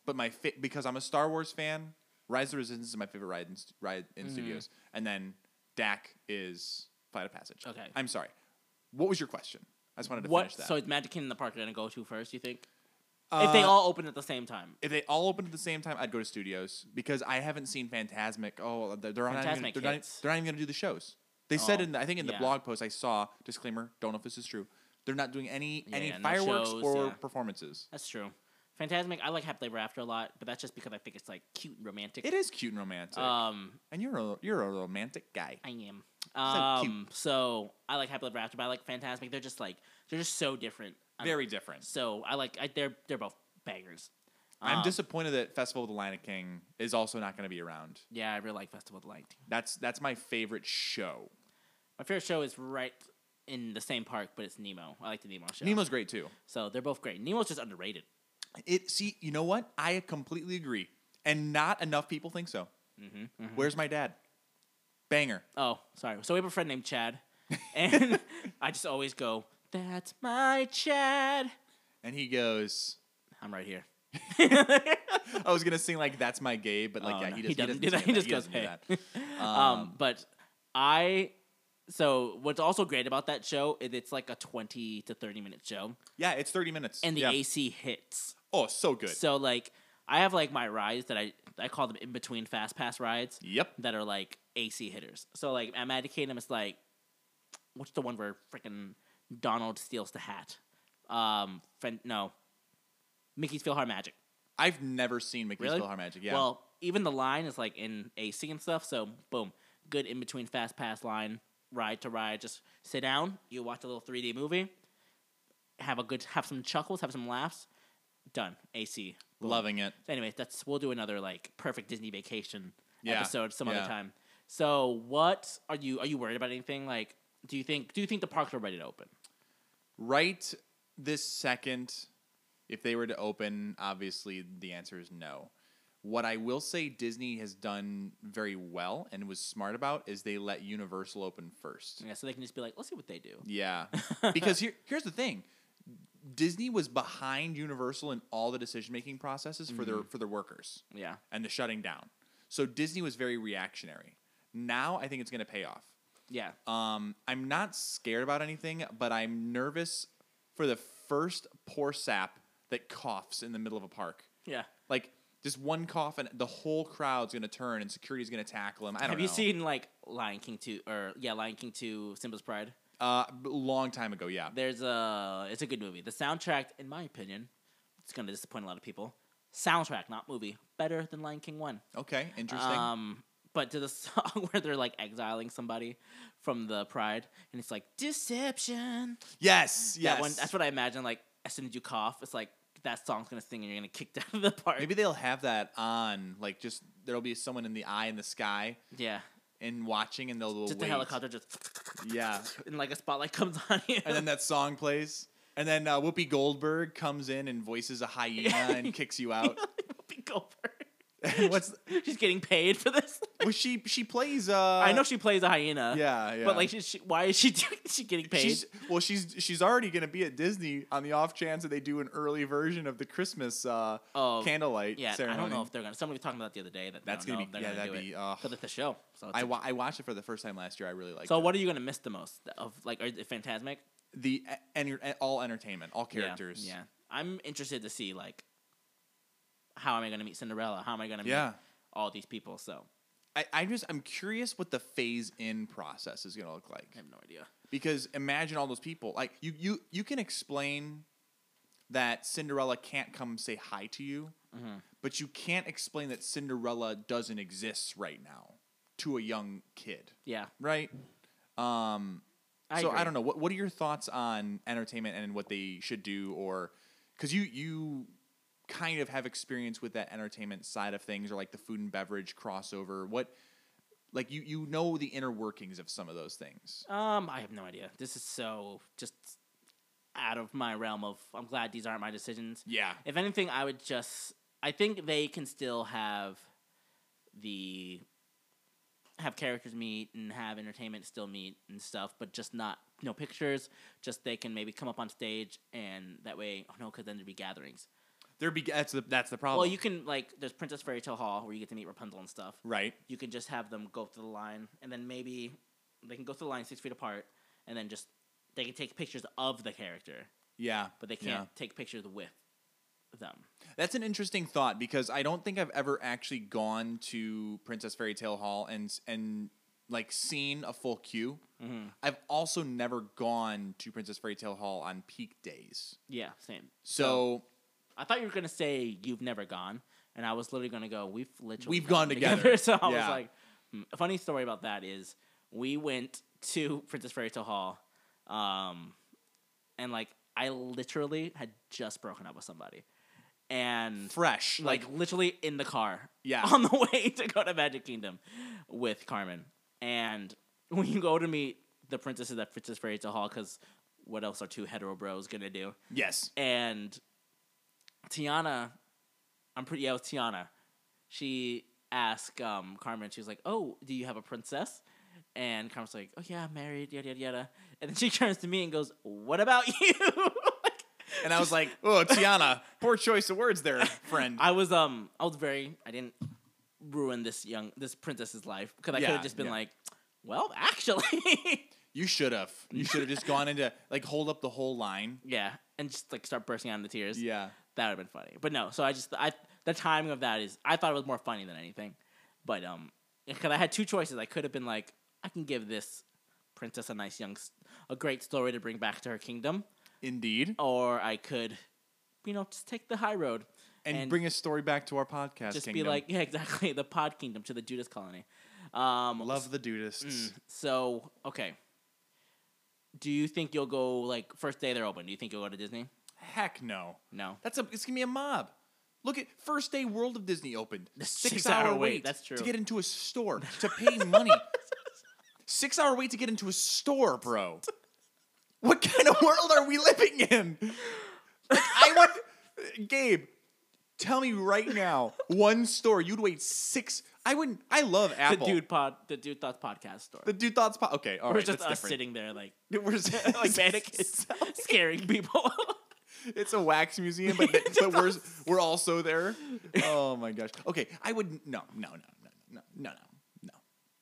Speaker 1: but my fa- because I'm a Star Wars fan, Rise of the Resistance is my favorite ride in, st- ride
Speaker 2: Mm-hmm.
Speaker 1: in studios, and then DAC is Flight of Passage.
Speaker 2: Okay.
Speaker 1: I'm sorry. What was your question? I just wanted to
Speaker 2: What?
Speaker 1: finish that.
Speaker 2: So is Magic Kingdom the park you're gonna go to first? You think? if
Speaker 1: Uh,
Speaker 2: they all open at the same time.
Speaker 1: if they all opened at the same time, I'd go to studios because I haven't seen Fantasmic. Oh, they're, they're, not, even,
Speaker 2: Fantasmic
Speaker 1: they're, not,
Speaker 2: hits.
Speaker 1: they're not even going to do the shows. They said
Speaker 2: Oh,
Speaker 1: in the, I think in the
Speaker 2: yeah.
Speaker 1: blog post I saw disclaimer. Don't know if this is true. They're not doing any
Speaker 2: Yeah,
Speaker 1: any
Speaker 2: yeah, no
Speaker 1: fireworks
Speaker 2: shows,
Speaker 1: or
Speaker 2: yeah.
Speaker 1: performances.
Speaker 2: That's true. Fantasmic, I like Happily Ever After a lot, but that's just because I think it's like cute and romantic.
Speaker 1: It is cute and romantic.
Speaker 2: Um,
Speaker 1: And you're a you're a romantic guy.
Speaker 2: I am.
Speaker 1: So cute.
Speaker 2: Um, so, I like Happily Ever After, but I like Fantasmic. They're just like they're just so different. I'm-
Speaker 1: Very different.
Speaker 2: So I like I, they're they're both bangers.
Speaker 1: I'm
Speaker 2: Um,
Speaker 1: disappointed that Festival of the Lion King is also not going to be around.
Speaker 2: Yeah, I really like Festival of the Light.
Speaker 1: That's that's my favorite show.
Speaker 2: My favorite show is right in the same park, but it's Nemo. I like the Nemo show.
Speaker 1: Nemo's great too.
Speaker 2: So they're both great. Nemo's just underrated.
Speaker 1: It see, you know what? I completely agree, and not enough people think so.
Speaker 2: Mm-hmm,
Speaker 1: Where's my dad? Banger.
Speaker 2: Oh, sorry. So we have a friend named Chad, and I just always go, "That's my Chad."
Speaker 1: And he goes,
Speaker 2: I'm right here.
Speaker 1: I was gonna sing like that's my gay, but like
Speaker 2: Oh,
Speaker 1: yeah,
Speaker 2: no,
Speaker 1: he,
Speaker 2: he
Speaker 1: does, he doesn't
Speaker 2: doesn't do that.
Speaker 1: say
Speaker 2: He just goes,
Speaker 1: doesn't do
Speaker 2: "Hey."
Speaker 1: that.
Speaker 2: Um, but I. So what's also great about that show is it's like a twenty to thirty minute show,
Speaker 1: yeah, it's thirty minutes.
Speaker 2: and the
Speaker 1: yeah.
Speaker 2: AC hits.
Speaker 1: oh, so good.
Speaker 2: So like I have like my rides that I I call them in between fast pass rides
Speaker 1: yep.
Speaker 2: that are like AC hitters. So like at Magic Kingdom, it's like what's the one where freaking Donald steals the hat? Um, friend, no, Mickey's Philhar Magic.
Speaker 1: I've never seen Mickey's
Speaker 2: Really?
Speaker 1: Philhar Magic. Yeah.
Speaker 2: Well, even the line is like in AC and stuff. So boom, good in between fast pass line, ride to ride. Just sit down, you watch a little 3D movie, have a good, have some chuckles, have some laughs. Done. AC. Boom.
Speaker 1: loving it.
Speaker 2: So anyway, that's we'll do another like perfect Disney vacation
Speaker 1: Yeah,
Speaker 2: episode some
Speaker 1: yeah.
Speaker 2: other time. So what are you are you worried about anything? Like do you think do you think the parks are ready to open?
Speaker 1: Right this second, if they were to open, obviously the answer is no. What I will say Disney has done very well and was smart about is they let Universal open first.
Speaker 2: Yeah, so they can just be like, let's see what they do.
Speaker 1: Yeah. because here, here's the thing. Disney was behind Universal in all the decision making processes for their for their workers
Speaker 2: Yeah.
Speaker 1: and the shutting down. So Disney was very reactionary. Now I think it's going to pay off.
Speaker 2: Yeah.
Speaker 1: Um, I'm not scared about anything, but I'm nervous for the first poor sap that coughs in the middle of a park.
Speaker 2: Yeah.
Speaker 1: Like just one cough and the whole crowd's going to turn and security's going to tackle him. I don't
Speaker 2: Have
Speaker 1: know.
Speaker 2: you seen like Lion King 2 or yeah, Lion King 2 Simba's Pride?
Speaker 1: Uh, b- long time ago, yeah.
Speaker 2: There's a it's a good movie. The soundtrack in my opinion, it's going to disappoint a lot of people. Soundtrack, not movie, better than Lion King 1.
Speaker 1: Okay, interesting.
Speaker 2: Um, but to the song where they're like exiling somebody from the pride, and it's like deception.
Speaker 1: yes, yes.
Speaker 2: That one, that's what I imagine. Like as soon as you cough, it's like that song's gonna sing, and you're gonna kick down the park.
Speaker 1: Maybe they'll have that on, like just there'll be someone in the eye in the sky
Speaker 2: yeah,
Speaker 1: and watching, and they'll
Speaker 2: just
Speaker 1: Oh, wait.
Speaker 2: the helicopter just
Speaker 1: Yeah,
Speaker 2: and like a spotlight comes on you.
Speaker 1: and then that song plays, and then uh, Whoopi Goldberg comes in and voices a hyena and kicks you out.
Speaker 2: Whoopi Goldberg.
Speaker 1: And What's
Speaker 2: She's getting paid for this.
Speaker 1: well, she she plays. Uh,
Speaker 2: I know she plays a hyena.
Speaker 1: yeah, yeah.
Speaker 2: But like, she, she, why is she doing, she getting paid?
Speaker 1: she's well, she's she's already gonna be at Disney on the off chance that they do an early version of the Christmas uh,
Speaker 2: Oh,
Speaker 1: candlelight
Speaker 2: yeah,
Speaker 1: ceremony.
Speaker 2: I don't know if they're gonna. Somebody was talking about that the other day. That they
Speaker 1: That's
Speaker 2: don't
Speaker 1: gonna
Speaker 2: know
Speaker 1: be-
Speaker 2: if they're
Speaker 1: yeah,
Speaker 2: gonna
Speaker 1: that'd
Speaker 2: do
Speaker 1: be,
Speaker 2: it.
Speaker 1: uh,
Speaker 2: But it's the show. So it's
Speaker 1: I
Speaker 2: a
Speaker 1: wa- I watched it for the first time last year. I really liked
Speaker 2: So
Speaker 1: it.
Speaker 2: what are you gonna miss the most of like are the Fantasmic
Speaker 1: the e, and all entertainment, all
Speaker 2: Yeah,
Speaker 1: characters.
Speaker 2: Yeah, I'm interested to see like how am I gonna meet Cinderella? How am I gonna
Speaker 1: Yeah.
Speaker 2: meet all these people? So
Speaker 1: I, I just I'm curious what the phase in process is gonna look like.
Speaker 2: I have no idea.
Speaker 1: Because imagine all those people. Like you you you can explain that Cinderella can't come say hi to you,
Speaker 2: Mm-hmm.
Speaker 1: but you can't explain that Cinderella doesn't exist right now to a young kid.
Speaker 2: Yeah,
Speaker 1: Right? Um
Speaker 2: I
Speaker 1: so I
Speaker 2: agree.
Speaker 1: don't know. What what are your thoughts on entertainment and what they should do or because you you kind of have experience with that entertainment side of things or like the food and beverage crossover. What like you you know the inner workings of some of those things.
Speaker 2: Um, I have no idea. This is so just out of my realm of. I'm glad these aren't my decisions.
Speaker 1: Yeah.
Speaker 2: If anything, I would just. I think they can still have the have characters meet and have entertainment still meet and stuff, but just not no pictures. Just they can maybe come up on stage and that way. Oh no, because then there'd be gatherings.
Speaker 1: There be that's the that's the problem.
Speaker 2: Well, you can like there's Princess Fairy Tale Hall where you get to meet Rapunzel and stuff.
Speaker 1: right.
Speaker 2: You can just have them go through the line and then maybe they can go through the line six feet apart and then just they can take pictures of the character,
Speaker 1: Yeah.
Speaker 2: but they
Speaker 1: Yeah.
Speaker 2: can't take pictures with them.
Speaker 1: That's an interesting thought because I don't think I've ever actually gone to Princess Fairy Tale Hall and and like seen a full queue. I've also never gone to Princess Fairy Tale Hall on peak days.
Speaker 2: Yeah, same.
Speaker 1: So
Speaker 2: I thought you were gonna say you've never gone, and I was literally gonna go. We've literally
Speaker 1: We've gone together."
Speaker 2: So I
Speaker 1: Yeah.
Speaker 2: was like, hmm. a funny story about that is we went to Princess Fairy Tale Hall, um, and like I literally had just broken up with somebody, and
Speaker 1: fresh,
Speaker 2: like
Speaker 1: like,
Speaker 2: literally in the car,
Speaker 1: Yeah.
Speaker 2: on the way to go to Magic Kingdom with Carmen, and we go to meet the princesses at Princess Fairy Tale Hall because what else are two hetero bros gonna do?
Speaker 1: yes,
Speaker 2: and Tiana, I'm pretty. Yeah, it was Tiana. She asked um, Carmen. She was like, "Oh, do you have a princess?" And Carmen's like, "Oh yeah, I'm married." Yada yada yada. And then she turns to me and goes, "What about you?" Like,
Speaker 1: And I was like, oh, Tiana, poor choice of words there, friend.
Speaker 2: I was um I was very I didn't ruin this young this princess's life because I could
Speaker 1: Yeah,
Speaker 2: have just been
Speaker 1: yeah.
Speaker 2: like, well, actually,
Speaker 1: You should have. You should have just gone into like hold up the whole line.
Speaker 2: yeah, and just like start bursting out into tears.
Speaker 1: Yeah.
Speaker 2: that would have been funny. But no, so I just I the timing of that is I thought it was more funny than anything. But um, because I had two choices, I could have been like, I can give this princess a nice young, s- a great story to bring back to her kingdom,
Speaker 1: Indeed.
Speaker 2: or I could, you know, just take the high road
Speaker 1: And, bring a story back to our podcast.
Speaker 2: just
Speaker 1: kingdom.
Speaker 2: be like, yeah, exactly, the Pod Kingdom to the Judas Colony. Um,
Speaker 1: love the
Speaker 2: mm.
Speaker 1: dudists.
Speaker 2: so okay. Do you think you'll go like first day they're open? Do you think you'll go to Disney?
Speaker 1: Heck no.
Speaker 2: No.
Speaker 1: That's a. It's gonna be a mob. Look at first day World of Disney opened.
Speaker 2: The
Speaker 1: Six,
Speaker 2: six-hour
Speaker 1: hour
Speaker 2: wait, that's true.
Speaker 1: To get into a store to pay money. Six hour wait to get into a store, bro. What kind of world are we living in? Like, I want Gabe. Tell me right now, one store you'd wait six. I wouldn't. I love
Speaker 2: The
Speaker 1: Apple.
Speaker 2: dude pod, the dude thoughts podcast store.
Speaker 1: The dude thoughts. Po- okay, all
Speaker 2: Or
Speaker 1: right.
Speaker 2: just us
Speaker 1: that's different.
Speaker 2: sitting there like
Speaker 1: We're just-
Speaker 2: like mannequins scaring people.
Speaker 1: It's a wax museum, but, th-
Speaker 2: It's
Speaker 1: but we're we're also there. Oh my gosh. Okay, I would no no no no no no no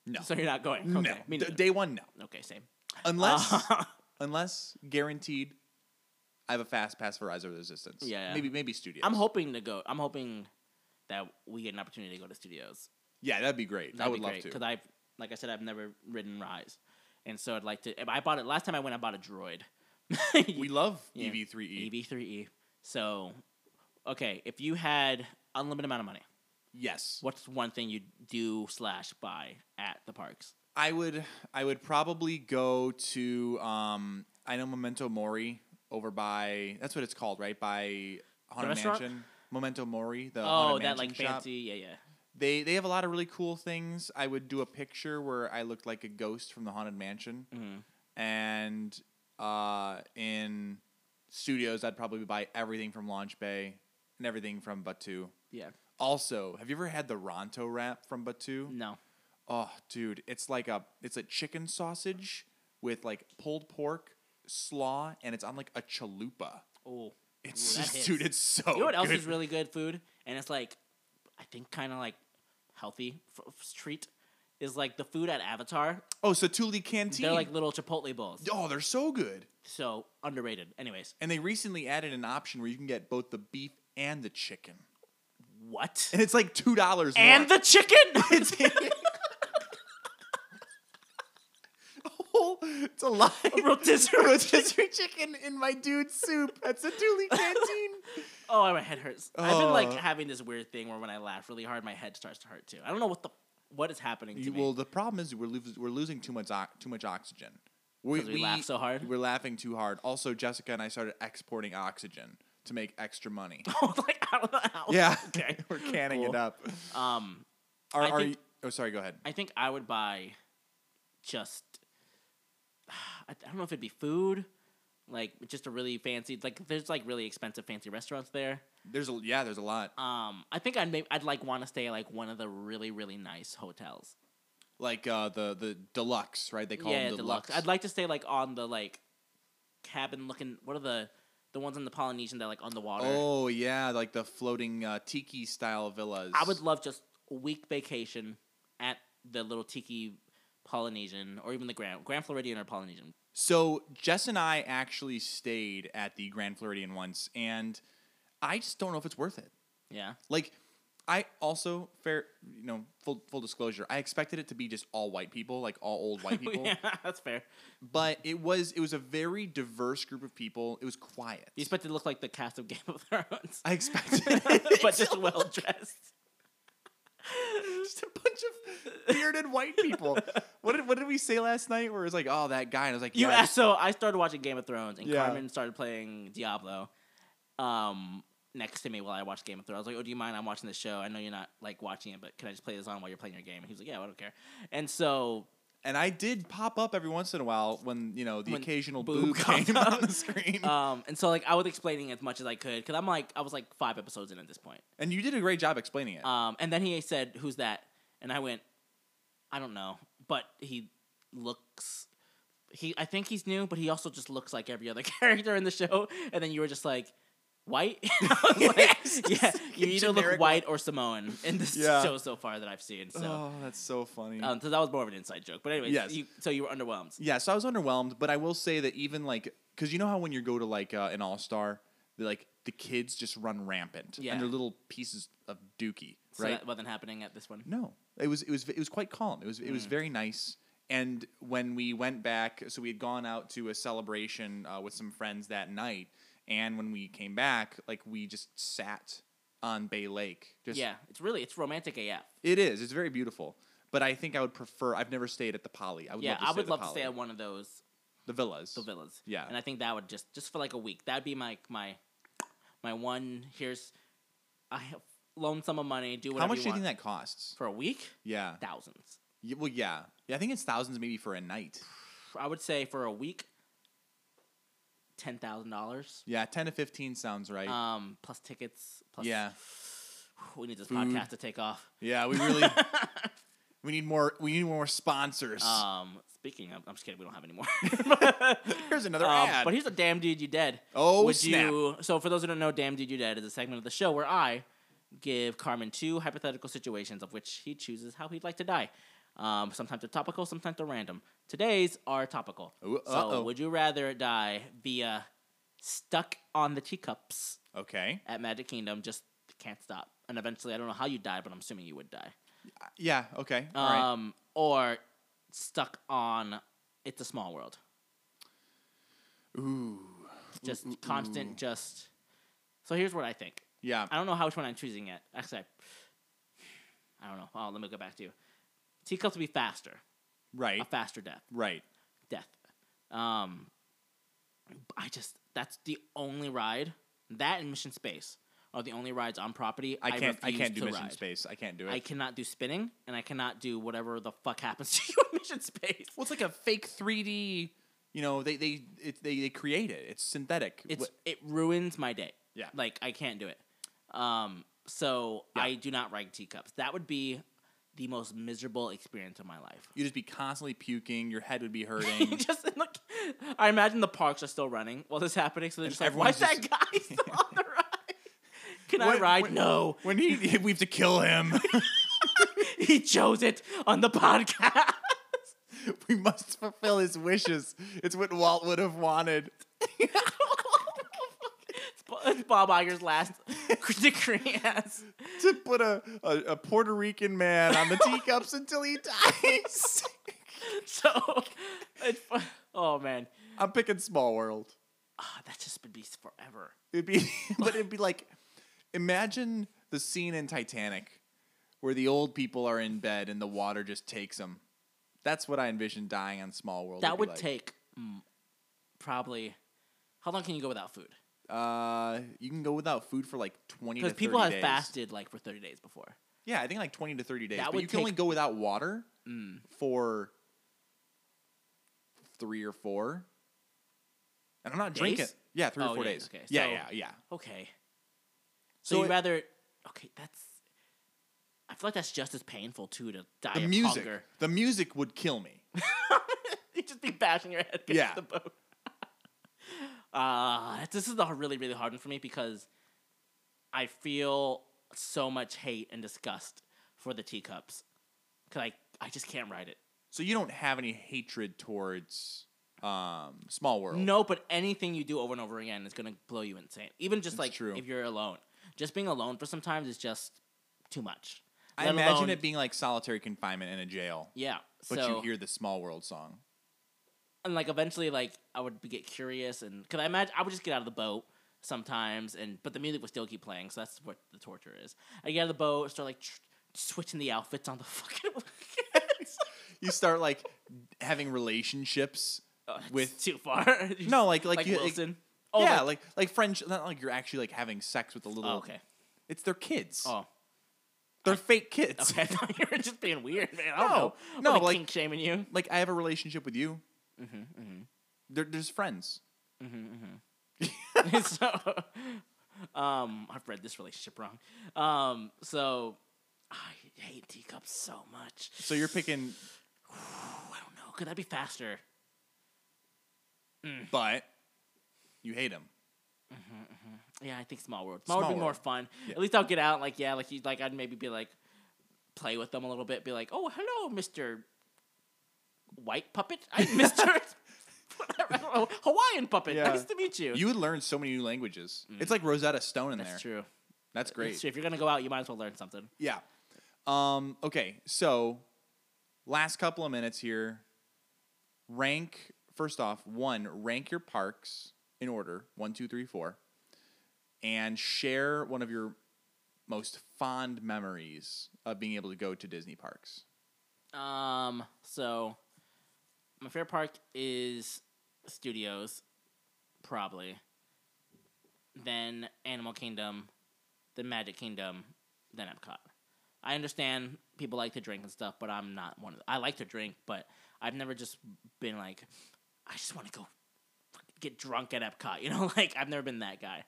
Speaker 1: no
Speaker 2: so you're not going.
Speaker 1: no
Speaker 2: Okay.
Speaker 1: no.
Speaker 2: me
Speaker 1: D-
Speaker 2: neither.
Speaker 1: day one no
Speaker 2: okay, same.
Speaker 1: unless
Speaker 2: Uh,
Speaker 1: unless guaranteed I have a fast pass for Rise of the Resistance.
Speaker 2: Yeah, yeah.
Speaker 1: maybe maybe studios.
Speaker 2: I'm hoping to go. I'm hoping that we get an opportunity to go to studios.
Speaker 1: yeah, that'd be great. I
Speaker 2: That'd
Speaker 1: would
Speaker 2: be
Speaker 1: love
Speaker 2: great,
Speaker 1: to.
Speaker 2: Because I, like I said, I've never ridden Rise, and so I'd like to. if I bought it last time I went. I bought a Droid. E
Speaker 1: we love E
Speaker 2: Yeah.
Speaker 1: EV3E.
Speaker 2: EV3E. So, okay, if you had unlimited amount of money,
Speaker 1: Yes,
Speaker 2: what's one thing you'd do slash buy at the parks?
Speaker 1: I would I would probably go to um I know Memento Mori over by that's what it's called right by Haunted
Speaker 2: restaurant?
Speaker 1: Mansion. Memento Mori, the
Speaker 2: Oh,
Speaker 1: Haunted
Speaker 2: that
Speaker 1: Mansion
Speaker 2: like
Speaker 1: shop.
Speaker 2: fancy, yeah, yeah.
Speaker 1: They they have a lot of really cool things. I would do a picture where I looked like a ghost from the Haunted Mansion,
Speaker 2: Mhm.
Speaker 1: and uh, in studios I'd probably buy everything from Launch Bay and everything from Batu.
Speaker 2: Yeah.
Speaker 1: Also, have you ever had the Ronto wrap from Batu?
Speaker 2: No.
Speaker 1: Oh, dude, it's like a it's a chicken sausage with like pulled pork, slaw, and it's on like a chalupa.
Speaker 2: Oh.
Speaker 1: It's
Speaker 2: Ooh, that
Speaker 1: just, dude,
Speaker 2: hits.
Speaker 1: it's so.
Speaker 2: you know what else
Speaker 1: Oh, good.
Speaker 2: is really good food? And it's like, I think kind of like healthy f- f- treat is like the food at Avatar.
Speaker 1: Oh, Satuli Canteen.
Speaker 2: They're like little Chipotle bowls.
Speaker 1: oh, they're so good.
Speaker 2: So underrated. Anyways,
Speaker 1: And they recently added an option where you can get both the beef and the chicken,
Speaker 2: what?
Speaker 1: and it's like two dollars.
Speaker 2: And the chicken?
Speaker 1: it's, Oh, it's a lot.
Speaker 2: Rotisserie.
Speaker 1: Rotisserie chicken in my dude soup at Satuli Canteen.
Speaker 2: Oh, my head hurts. I've been like
Speaker 1: Oh.
Speaker 2: having this weird thing where when I laugh really hard, my head starts to hurt too. I don't know what the what is happening to
Speaker 1: You-
Speaker 2: me.
Speaker 1: well, the problem is we're losing we're losing too much ox- too much oxygen.
Speaker 2: 'Cause we laugh so hard?
Speaker 1: We're laughing too hard. Also, Jessica and I started exporting oxygen to make extra money.
Speaker 2: like I don't know how.
Speaker 1: yeah,
Speaker 2: Oh, Okay.
Speaker 1: we're canning
Speaker 2: Cool.
Speaker 1: it up.
Speaker 2: Um,
Speaker 1: Are,
Speaker 2: I
Speaker 1: are
Speaker 2: think-
Speaker 1: you, oh, sorry. Go ahead.
Speaker 2: I think I would buy just I I don't know if it'd be food, like just a really fancy like there's like really expensive fancy restaurants there.
Speaker 1: There's a yeah. There's a lot
Speaker 2: Um, I think I'd maybe, I'd like want to stay at, like one of the really really nice hotels.
Speaker 1: like uh, the the deluxe, right? They call
Speaker 2: yeah,
Speaker 1: them
Speaker 2: deluxe.
Speaker 1: deluxe.
Speaker 2: I'd like to stay like on the like cabin looking. What are the the ones in the Polynesian that are, like on the water?
Speaker 1: Oh yeah, like the floating uh, tiki style villas.
Speaker 2: I would love just a week vacation at the little tiki Polynesian or even the Grand Grand Floridian or Polynesian.
Speaker 1: So Jess and I actually stayed at the Grand Floridian once, and I just don't know if it's worth it.
Speaker 2: Yeah.
Speaker 1: Like, I also fair, you know, full full disclosure. I expected it to be just all white people, like all old white people,
Speaker 2: Oh, yeah, that's fair.
Speaker 1: but it was it was a very diverse group of people. It was quiet.
Speaker 2: You expect it to look like the cast of Game of Thrones,
Speaker 1: I expected,
Speaker 2: but just well dressed.
Speaker 1: just a bunch of bearded white people. What did what did we say last night? Where it was like, oh, that guy, and I was like,
Speaker 2: You
Speaker 1: yes.
Speaker 2: asked, so I started watching Game of Thrones, and
Speaker 1: Yeah.
Speaker 2: Carmen started playing Diablo, um, next to me while I watched Game of Thrones. I was like, "Oh, do you mind? I'm watching this show. I know you're not like watching it, but can I just play this on while you're playing your game?" And he was like, "Yeah, I don't care." And so
Speaker 1: And I did pop up every once in a while when you know the
Speaker 2: When
Speaker 1: occasional
Speaker 2: boob
Speaker 1: boob, came
Speaker 2: comes
Speaker 1: up
Speaker 2: up.
Speaker 1: on the screen.
Speaker 2: Um, and so like I was explaining as much as I could because I'm like I was like five episodes in at this point.
Speaker 1: and you did a great job explaining it.
Speaker 2: Um, and then he said, "Who's that?" And I went, "I don't know," but he looks. He, I think he's new, but he also just looks like every other character in the show. And then you were just like, white. And I was like, yeah, you either look
Speaker 1: Generic
Speaker 2: white or Samoan in this
Speaker 1: Yeah.
Speaker 2: show so far that I've seen. So,
Speaker 1: oh, that's so funny.
Speaker 2: um, so that was more of an inside joke. But anyways,
Speaker 1: Yes.
Speaker 2: you, so you were underwhelmed.
Speaker 1: Yeah, so I was underwhelmed, but I will say that even like, because you know how when you go to like uh, an all star, like the kids just run rampant
Speaker 2: Yeah.
Speaker 1: and they're little pieces of dookie,
Speaker 2: So
Speaker 1: right?
Speaker 2: that wasn't happening at this one.
Speaker 1: No, it was it was it was quite calm. It was it
Speaker 2: Mm.
Speaker 1: was very nice. And when we went back, so we had gone out to a celebration uh, with some friends that night. And when we came back, like we just sat on Bay Lake. Just,
Speaker 2: Yeah, it's really it's romantic AF.
Speaker 1: it is. It's very beautiful. But I think I would prefer. I've never stayed at the Poly. I would
Speaker 2: yeah,
Speaker 1: love to stay
Speaker 2: I
Speaker 1: at
Speaker 2: would
Speaker 1: the
Speaker 2: love to
Speaker 1: Poly.
Speaker 2: stay at one of those
Speaker 1: the villas.
Speaker 2: the villas.
Speaker 1: Yeah.
Speaker 2: and I think that would just just for like a week. That'd be my my my one. Here's I have loan some of money. Do whatever
Speaker 1: How much
Speaker 2: you
Speaker 1: do you think
Speaker 2: want.
Speaker 1: that costs?
Speaker 2: for a week?
Speaker 1: Yeah.
Speaker 2: Thousands.
Speaker 1: Yeah, well, yeah. yeah. I think it's thousands maybe for a night.
Speaker 2: I would say for a week, ten thousand dollars.
Speaker 1: Yeah, 10 to 15 sounds right.
Speaker 2: Um, plus tickets. Plus
Speaker 1: yeah.
Speaker 2: we need this
Speaker 1: Food.
Speaker 2: podcast to take off.
Speaker 1: Yeah, we really we need more we need more sponsors.
Speaker 2: Um, speaking of, I'm just kidding. We don't have any more.
Speaker 1: Here's another
Speaker 2: Um,
Speaker 1: ad.
Speaker 2: But here's a damn dude you dead.
Speaker 1: Oh,
Speaker 2: would
Speaker 1: snap.
Speaker 2: you? So for those who don't know, damn dude you dead is a segment of the show where I give Carmen two hypothetical situations of which he chooses how he'd like to die. Um, sometimes they're topical, sometimes they're random. Today's are topical.
Speaker 1: Ooh,
Speaker 2: so
Speaker 1: uh-oh.
Speaker 2: would you rather die via stuck on the teacups
Speaker 1: okay.
Speaker 2: at Magic Kingdom? Just can't stop. And eventually, I don't know how you die, but I'm assuming you would die.
Speaker 1: Yeah, okay. All right.
Speaker 2: Um, or stuck on it's a small world.
Speaker 1: Ooh.
Speaker 2: just constant just so here's what i think
Speaker 1: Yeah.
Speaker 2: i don't know how which one i'm choosing yet actually i, I don't know oh let me go back to you teacups would be faster
Speaker 1: Right.
Speaker 2: a faster death
Speaker 1: Right.
Speaker 2: death um i just that's the only ride that and mission space are the only rides on property
Speaker 1: I can't I,
Speaker 2: refuse
Speaker 1: can't do
Speaker 2: to
Speaker 1: mission
Speaker 2: ride.
Speaker 1: space. I can't do it.
Speaker 2: i cannot do spinning and i cannot do whatever the fuck happens to you in mission space
Speaker 1: well, it's like a fake 3D, you know, they they it, they, they create it. It's synthetic.
Speaker 2: it's
Speaker 1: Wh-
Speaker 2: it ruins my day.
Speaker 1: Yeah.
Speaker 2: like I can't do it. Um, so
Speaker 1: Yeah.
Speaker 2: I do not rag teacups. That would be the most miserable experience of my life.
Speaker 1: you'd just be constantly puking, your head would be hurting.
Speaker 2: just look, I imagine the parks are still running while this is happening. So they're
Speaker 1: And
Speaker 2: just like, "Why's
Speaker 1: everyone's
Speaker 2: that guy still on the ride? Can I
Speaker 1: When-
Speaker 2: ride?
Speaker 1: when-
Speaker 2: no,
Speaker 1: When he we have to kill him.
Speaker 2: he chose it on the podcast."
Speaker 1: We must fulfill his wishes. It's what Walt would have wanted.
Speaker 2: It's Bo- It's Bob Iger's last decree. Yes.
Speaker 1: To put a, a, a Puerto Rican man on the teacups until he dies.
Speaker 2: So, it's, fu- oh man,
Speaker 1: I'm picking Small World.
Speaker 2: Ah, that just would be forever.
Speaker 1: It'd be but it'd be like imagine the scene in Titanic where the old people are in bed and the water just takes them. That's what I envision dying on Small World.
Speaker 2: That
Speaker 1: would be
Speaker 2: would
Speaker 1: like.
Speaker 2: take mm, probably. How long can you go without food?
Speaker 1: Uh, you can go without food for like twenty to
Speaker 2: Because
Speaker 1: 30
Speaker 2: people have
Speaker 1: days.
Speaker 2: fasted like for thirty days before.
Speaker 1: Yeah, I think like twenty to thirty days.
Speaker 2: That
Speaker 1: but
Speaker 2: would
Speaker 1: you can only
Speaker 2: take- Mm.
Speaker 1: go without water for three or four. And I'm not drinking.
Speaker 2: Days?
Speaker 1: Yeah, three
Speaker 2: Oh,
Speaker 1: or four
Speaker 2: yeah,
Speaker 1: days.
Speaker 2: okay,
Speaker 1: yeah,
Speaker 2: so-
Speaker 1: yeah, yeah.
Speaker 2: Okay. So,
Speaker 1: So
Speaker 2: you'd
Speaker 1: it-
Speaker 2: rather? Okay, that's. I feel like that's just as painful too to die
Speaker 1: The
Speaker 2: of
Speaker 1: music,
Speaker 2: hunger.
Speaker 1: the music would kill me.
Speaker 2: You'd just be bashing your head against
Speaker 1: Yeah.
Speaker 2: the boat. uh, that's- this is the really really hard one for me because I feel so much hate and disgust for the teacups because I I just can't ride it.
Speaker 1: So you don't have any hatred towards um, Small World.
Speaker 2: No, but anything you do over and over again is gonna blow you insane. Even just
Speaker 1: It's
Speaker 2: like
Speaker 1: true.
Speaker 2: if you're alone, just being alone for some time is just too much.
Speaker 1: I
Speaker 2: Let
Speaker 1: imagine
Speaker 2: alone-
Speaker 1: it being like solitary confinement in a jail,
Speaker 2: yeah.
Speaker 1: but
Speaker 2: so
Speaker 1: you hear the Small World song.
Speaker 2: and like eventually, like I would be- get curious and could I imagine I would just get out of the boat sometimes, and but the music would still keep playing, so that's what the torture is. I get out of the boat, start like tr- switching the outfits on the fucking.
Speaker 1: You start like having relationships
Speaker 2: Oh, that's
Speaker 1: with
Speaker 2: too far.
Speaker 1: No, like- like you- like-
Speaker 2: Wilson. Oh,
Speaker 1: yeah,
Speaker 2: like,
Speaker 1: like like French. Not like you're actually like having sex with a little.
Speaker 2: oh, okay.
Speaker 1: It's their kids.
Speaker 2: Oh,
Speaker 1: They're fake kids.
Speaker 2: Okay, I thought you were just being weird, man. I don't
Speaker 1: No,
Speaker 2: know. I'm
Speaker 1: no,
Speaker 2: not
Speaker 1: like-
Speaker 2: kink shaming you.
Speaker 1: Like I have a relationship with you.
Speaker 2: Mm-hmm,
Speaker 1: They're they're just friends.
Speaker 2: so, um, I've read this relationship wrong. Um, so I hate teacups so much.
Speaker 1: So you're picking,
Speaker 2: Ooh, I don't know. Could that be faster?
Speaker 1: but you hate him.
Speaker 2: Yeah, I think small world. Small,
Speaker 1: Small
Speaker 2: world would be more
Speaker 1: World.
Speaker 2: fun.
Speaker 1: Yeah.
Speaker 2: At least I'll get out. Like yeah, like you like I'd maybe be like play with them a little bit. Be like, oh hello, Mister White Puppet. I Mister. I don't know, Hawaiian puppet.
Speaker 1: Yeah.
Speaker 2: Nice to meet you.
Speaker 1: You would learn so many new languages. It's like Rosetta Stone in
Speaker 2: Mm. That's
Speaker 1: there.
Speaker 2: true.
Speaker 1: That's great.
Speaker 2: That's true. If you're gonna go out, you might as well learn something.
Speaker 1: Yeah. Um, okay, so last couple of minutes here. Rank first off, one, rank your parks in order, one, two, three, four, and share one of your most fond memories of being able to go to Disney parks.
Speaker 2: Um. So, my favorite park is Studios, probably. Then Animal Kingdom, then Magic Kingdom, then Epcot. I understand people like to drink and stuff, but I'm not one of. The, I like to drink, but I've never just been like, I just want to go fucking get drunk at Epcot. You know, like I've never been that guy.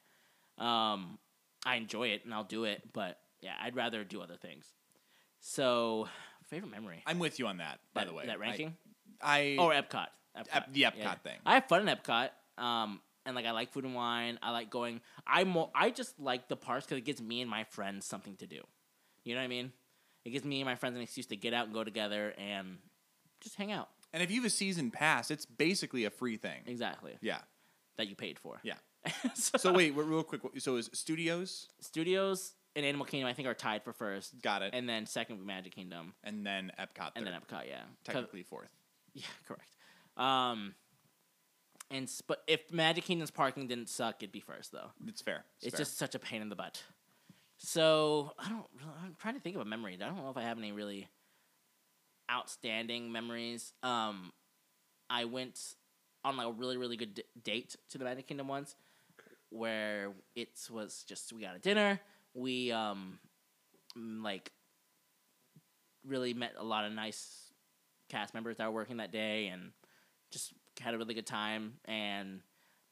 Speaker 2: Um, I enjoy it and I'll do it, but yeah, I'd rather do other things. So, favorite memory
Speaker 1: I'm with you on that, by
Speaker 2: that-
Speaker 1: the way.
Speaker 2: That ranking? Oh,
Speaker 1: I, I
Speaker 2: or Epcot. Epcot.
Speaker 1: Ep- the Epcot thing.
Speaker 2: I have fun in Epcot. Um, and like I like food and wine. I like going. I mo- I just like the parks because it gives me and my friends something to do. You know what I mean? It gives me and my friends an excuse to get out and go together and just hang out.
Speaker 1: and if you have a season pass, it's basically a free thing.
Speaker 2: Exactly.
Speaker 1: Yeah.
Speaker 2: That you paid for.
Speaker 1: Yeah.
Speaker 2: so,
Speaker 1: So wait, real quick. So is studios?
Speaker 2: studios and Animal Kingdom I think are tied for first.
Speaker 1: Got it. And,
Speaker 2: And then second would be Magic Kingdom.
Speaker 1: then Epcot. third,
Speaker 2: And then Epcot, yeah. 'Cause-
Speaker 1: technically fourth.
Speaker 2: Yeah, correct. Um, and s- but if Magic Kingdom's parking didn't suck, it'd be first though.
Speaker 1: It's fair.
Speaker 2: It's,
Speaker 1: fair.
Speaker 2: just such a pain in the butt. So I don't. really- I'm trying to think of a memory. I don't know if I have any really outstanding memories. Um, I went on like a really really good d- date to the Magic Kingdom once, where it was just we got a dinner. We um, mm, like really met a lot of nice cast members that were working that day, and just had a really good time. And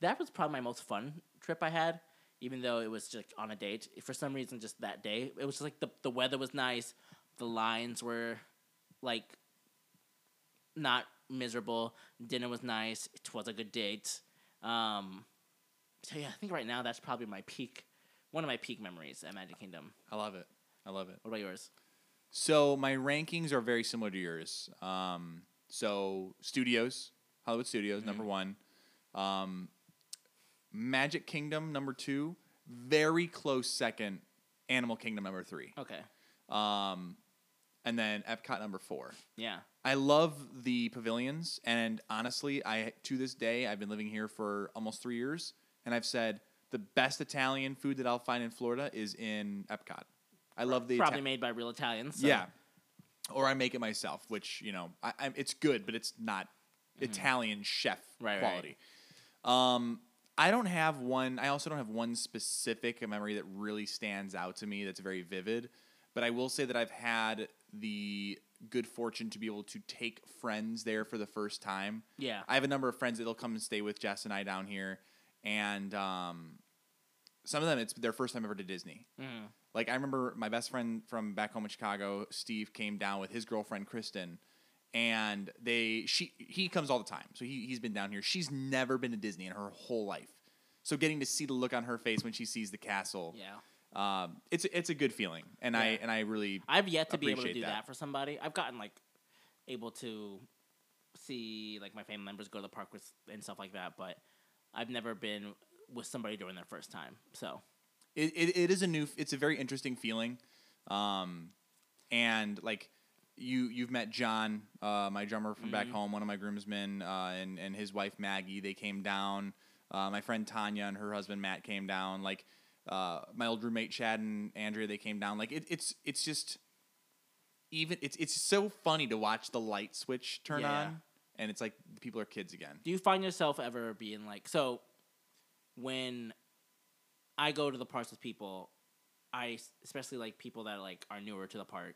Speaker 2: that was probably my most fun trip I had, even though it was just on a date. For some reason, just that day, it was just like the the weather was nice, the lines were like not miserable. Dinner was nice. It was a good date. Um, so yeah, I think right now that's probably my peak, one of my peak memories at Magic Kingdom.
Speaker 1: I love it. I love it.
Speaker 2: What about yours?
Speaker 1: So my rankings are very similar to yours. Um, so studios, Hollywood Studios, number one. Um, Magic Kingdom, number two. Very close second. Animal Kingdom, number three.
Speaker 2: Okay,
Speaker 1: Um, and then Epcot, number four.
Speaker 2: yeah,
Speaker 1: I love the pavilions, and honestly, I to this day I've been living here for almost three years, and I've said the best Italian food that I'll find in Florida is in Epcot. I love the
Speaker 2: probably
Speaker 1: Ita-
Speaker 2: made by real Italians. so-
Speaker 1: yeah, or I make it myself, which you know I, I, it's good, but it's not Italian chef
Speaker 2: Mm-hmm. Right, right.
Speaker 1: quality. Um, I don't have one. I also don't have one specific memory that really stands out to me that's very vivid. But I will say that I've had the good fortune to be able to take friends there for the first time.
Speaker 2: yeah.
Speaker 1: I have a number of friends that'll come and stay with Jess and I down here, and um, some of them it's their first time ever to Disney.
Speaker 2: Mhm.
Speaker 1: Like I remember my best friend from back home in Chicago, Steve, came down with his girlfriend Kristen, and they she he comes all the time, so he he's been down here. She's never been to Disney in her whole life, so getting to see the look on her face when she sees the castle,
Speaker 2: yeah.
Speaker 1: um, it's it's a good feeling, and I
Speaker 2: Yeah.
Speaker 1: and I really
Speaker 2: I've yet to be able to
Speaker 1: appreciate
Speaker 2: do that.
Speaker 1: that.
Speaker 2: for somebody. I've gotten like able to see like my family members go to the park with and stuff like that, but I've never been with somebody during their first time. So
Speaker 1: it, it, it is a new it's a very interesting feeling um and like you you've met john uh my drummer from
Speaker 2: Mm-hmm.
Speaker 1: back home one of my groomsmen uh and and his wife maggie they came down uh my friend tanya and her husband matt came down like uh my old roommate chad and andrea they came down like it, it's it's just even it's it's so funny to watch the light switch turn
Speaker 2: Yeah.
Speaker 1: on and it's like people are kids again
Speaker 2: do you find yourself ever being like so when I go to the parks with people, I s- especially like people that like are newer to the park.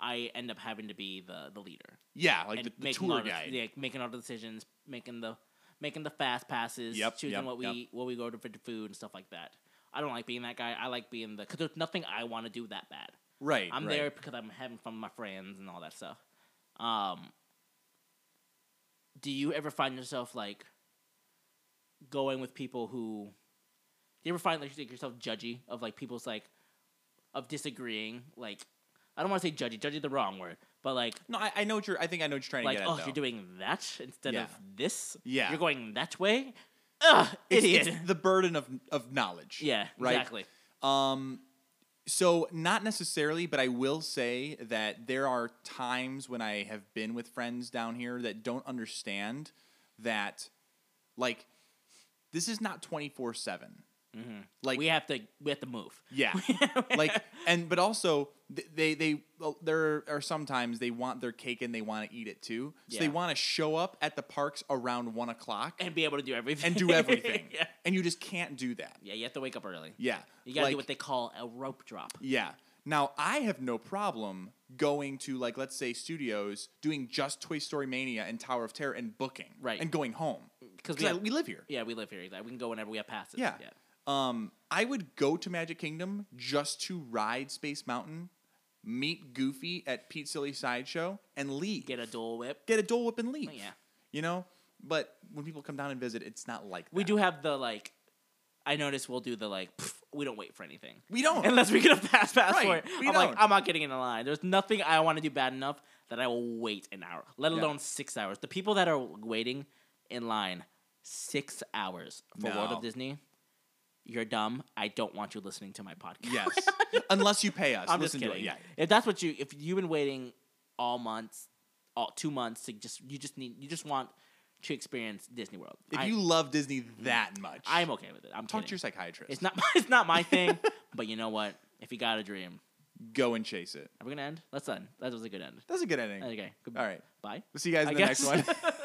Speaker 2: I end up having to be the the leader,
Speaker 1: Yeah, like the, the
Speaker 2: making all
Speaker 1: tour
Speaker 2: the-
Speaker 1: guide.
Speaker 2: yeah, making all the decisions, making the making the fast passes,
Speaker 1: Yep,
Speaker 2: choosing
Speaker 1: yep,
Speaker 2: what we
Speaker 1: yep.
Speaker 2: what we go to for food and stuff like that. I don't like being that guy. I like being the because there's nothing I want to do that bad.
Speaker 1: Right.
Speaker 2: I'm
Speaker 1: right.
Speaker 2: there because I'm having fun with my friends and all that stuff. Um, do you ever find yourself like going with people who? Do you ever find like, you think yourself judgy of like people's like of disagreeing? Like, I don't want to say judgy. Judgy is the wrong word, but like
Speaker 1: No, I, I know what you're. I think I know what you're trying
Speaker 2: like
Speaker 1: to get
Speaker 2: oh
Speaker 1: at. though.
Speaker 2: you're doing that instead
Speaker 1: Yeah.
Speaker 2: of this.
Speaker 1: Yeah.
Speaker 2: you're going that way. Ugh,
Speaker 1: it's,
Speaker 2: idiot.
Speaker 1: it's the burden of of knowledge.
Speaker 2: yeah,
Speaker 1: Right.
Speaker 2: exactly.
Speaker 1: Um, so not necessarily, but I will say that there are times when I have been with friends down here that don't understand that, like, this is not twenty four seven. Like
Speaker 2: Mm-hmm. we have to we have to move.
Speaker 1: yeah, like and but also th- they they well, there are sometimes they want their cake and they want to eat it too, so they
Speaker 2: Yeah.
Speaker 1: want to show up at the parks around one o'clock and,
Speaker 2: and be able to do everything
Speaker 1: do everything,
Speaker 2: yeah.
Speaker 1: and you just can't do that.
Speaker 2: yeah, you have to wake up early.
Speaker 1: Yeah,
Speaker 2: You gotta
Speaker 1: like,
Speaker 2: do what they call a rope drop.
Speaker 1: Yeah. Now I have no problem going to like let's say studios doing just Toy Story Mania and Tower of Terror and booking
Speaker 2: Right.
Speaker 1: and going home
Speaker 2: Because we,
Speaker 1: because
Speaker 2: have-
Speaker 1: we live here.
Speaker 2: yeah, we live here. Like, we can go whenever we have passes.
Speaker 1: Yeah. Um, I would go to Magic Kingdom just to ride Space Mountain, meet Goofy at Pete Silly Sideshow, and leave.
Speaker 2: Get a Dole Whip.
Speaker 1: Get a Dole Whip and leave.
Speaker 2: Oh, yeah.
Speaker 1: You know, but when people come down and visit, it's not like
Speaker 2: We
Speaker 1: that.
Speaker 2: do have the, like, I notice we'll do the, like, pff, we don't wait for anything.
Speaker 1: We don't.
Speaker 2: Unless we get a fast pass
Speaker 1: Right,
Speaker 2: for it.
Speaker 1: we
Speaker 2: I'm like,
Speaker 1: don't.
Speaker 2: I'm not getting in a line. There's nothing I want to do bad enough that I will wait an hour, let
Speaker 1: Yeah.
Speaker 2: alone six hours. The people that are waiting in line six hours for World
Speaker 1: No.
Speaker 2: of Disney, you're dumb. I don't want you listening to my podcast.
Speaker 1: yes. Unless you pay us.
Speaker 2: I'm
Speaker 1: Listen to
Speaker 2: just kidding.
Speaker 1: it. Yeah.
Speaker 2: If that's what you, if you've been waiting all months, all two months to just, you just need, you just want to experience Disney World.
Speaker 1: If
Speaker 2: I,
Speaker 1: you love Disney that much,
Speaker 2: I'm okay with it. I'm
Speaker 1: talk
Speaker 2: talking.
Speaker 1: to your psychiatrist.
Speaker 2: It's not, my, it's not my thing. but you know what? If you got a dream,
Speaker 1: go and chase it.
Speaker 2: are we gonna end? Let's end. That was a good end.
Speaker 1: That's a good ending.
Speaker 2: Okay. Good.
Speaker 1: All right.
Speaker 2: Bye.
Speaker 1: We'll see you guys in
Speaker 2: I
Speaker 1: the
Speaker 2: guess.
Speaker 1: next one.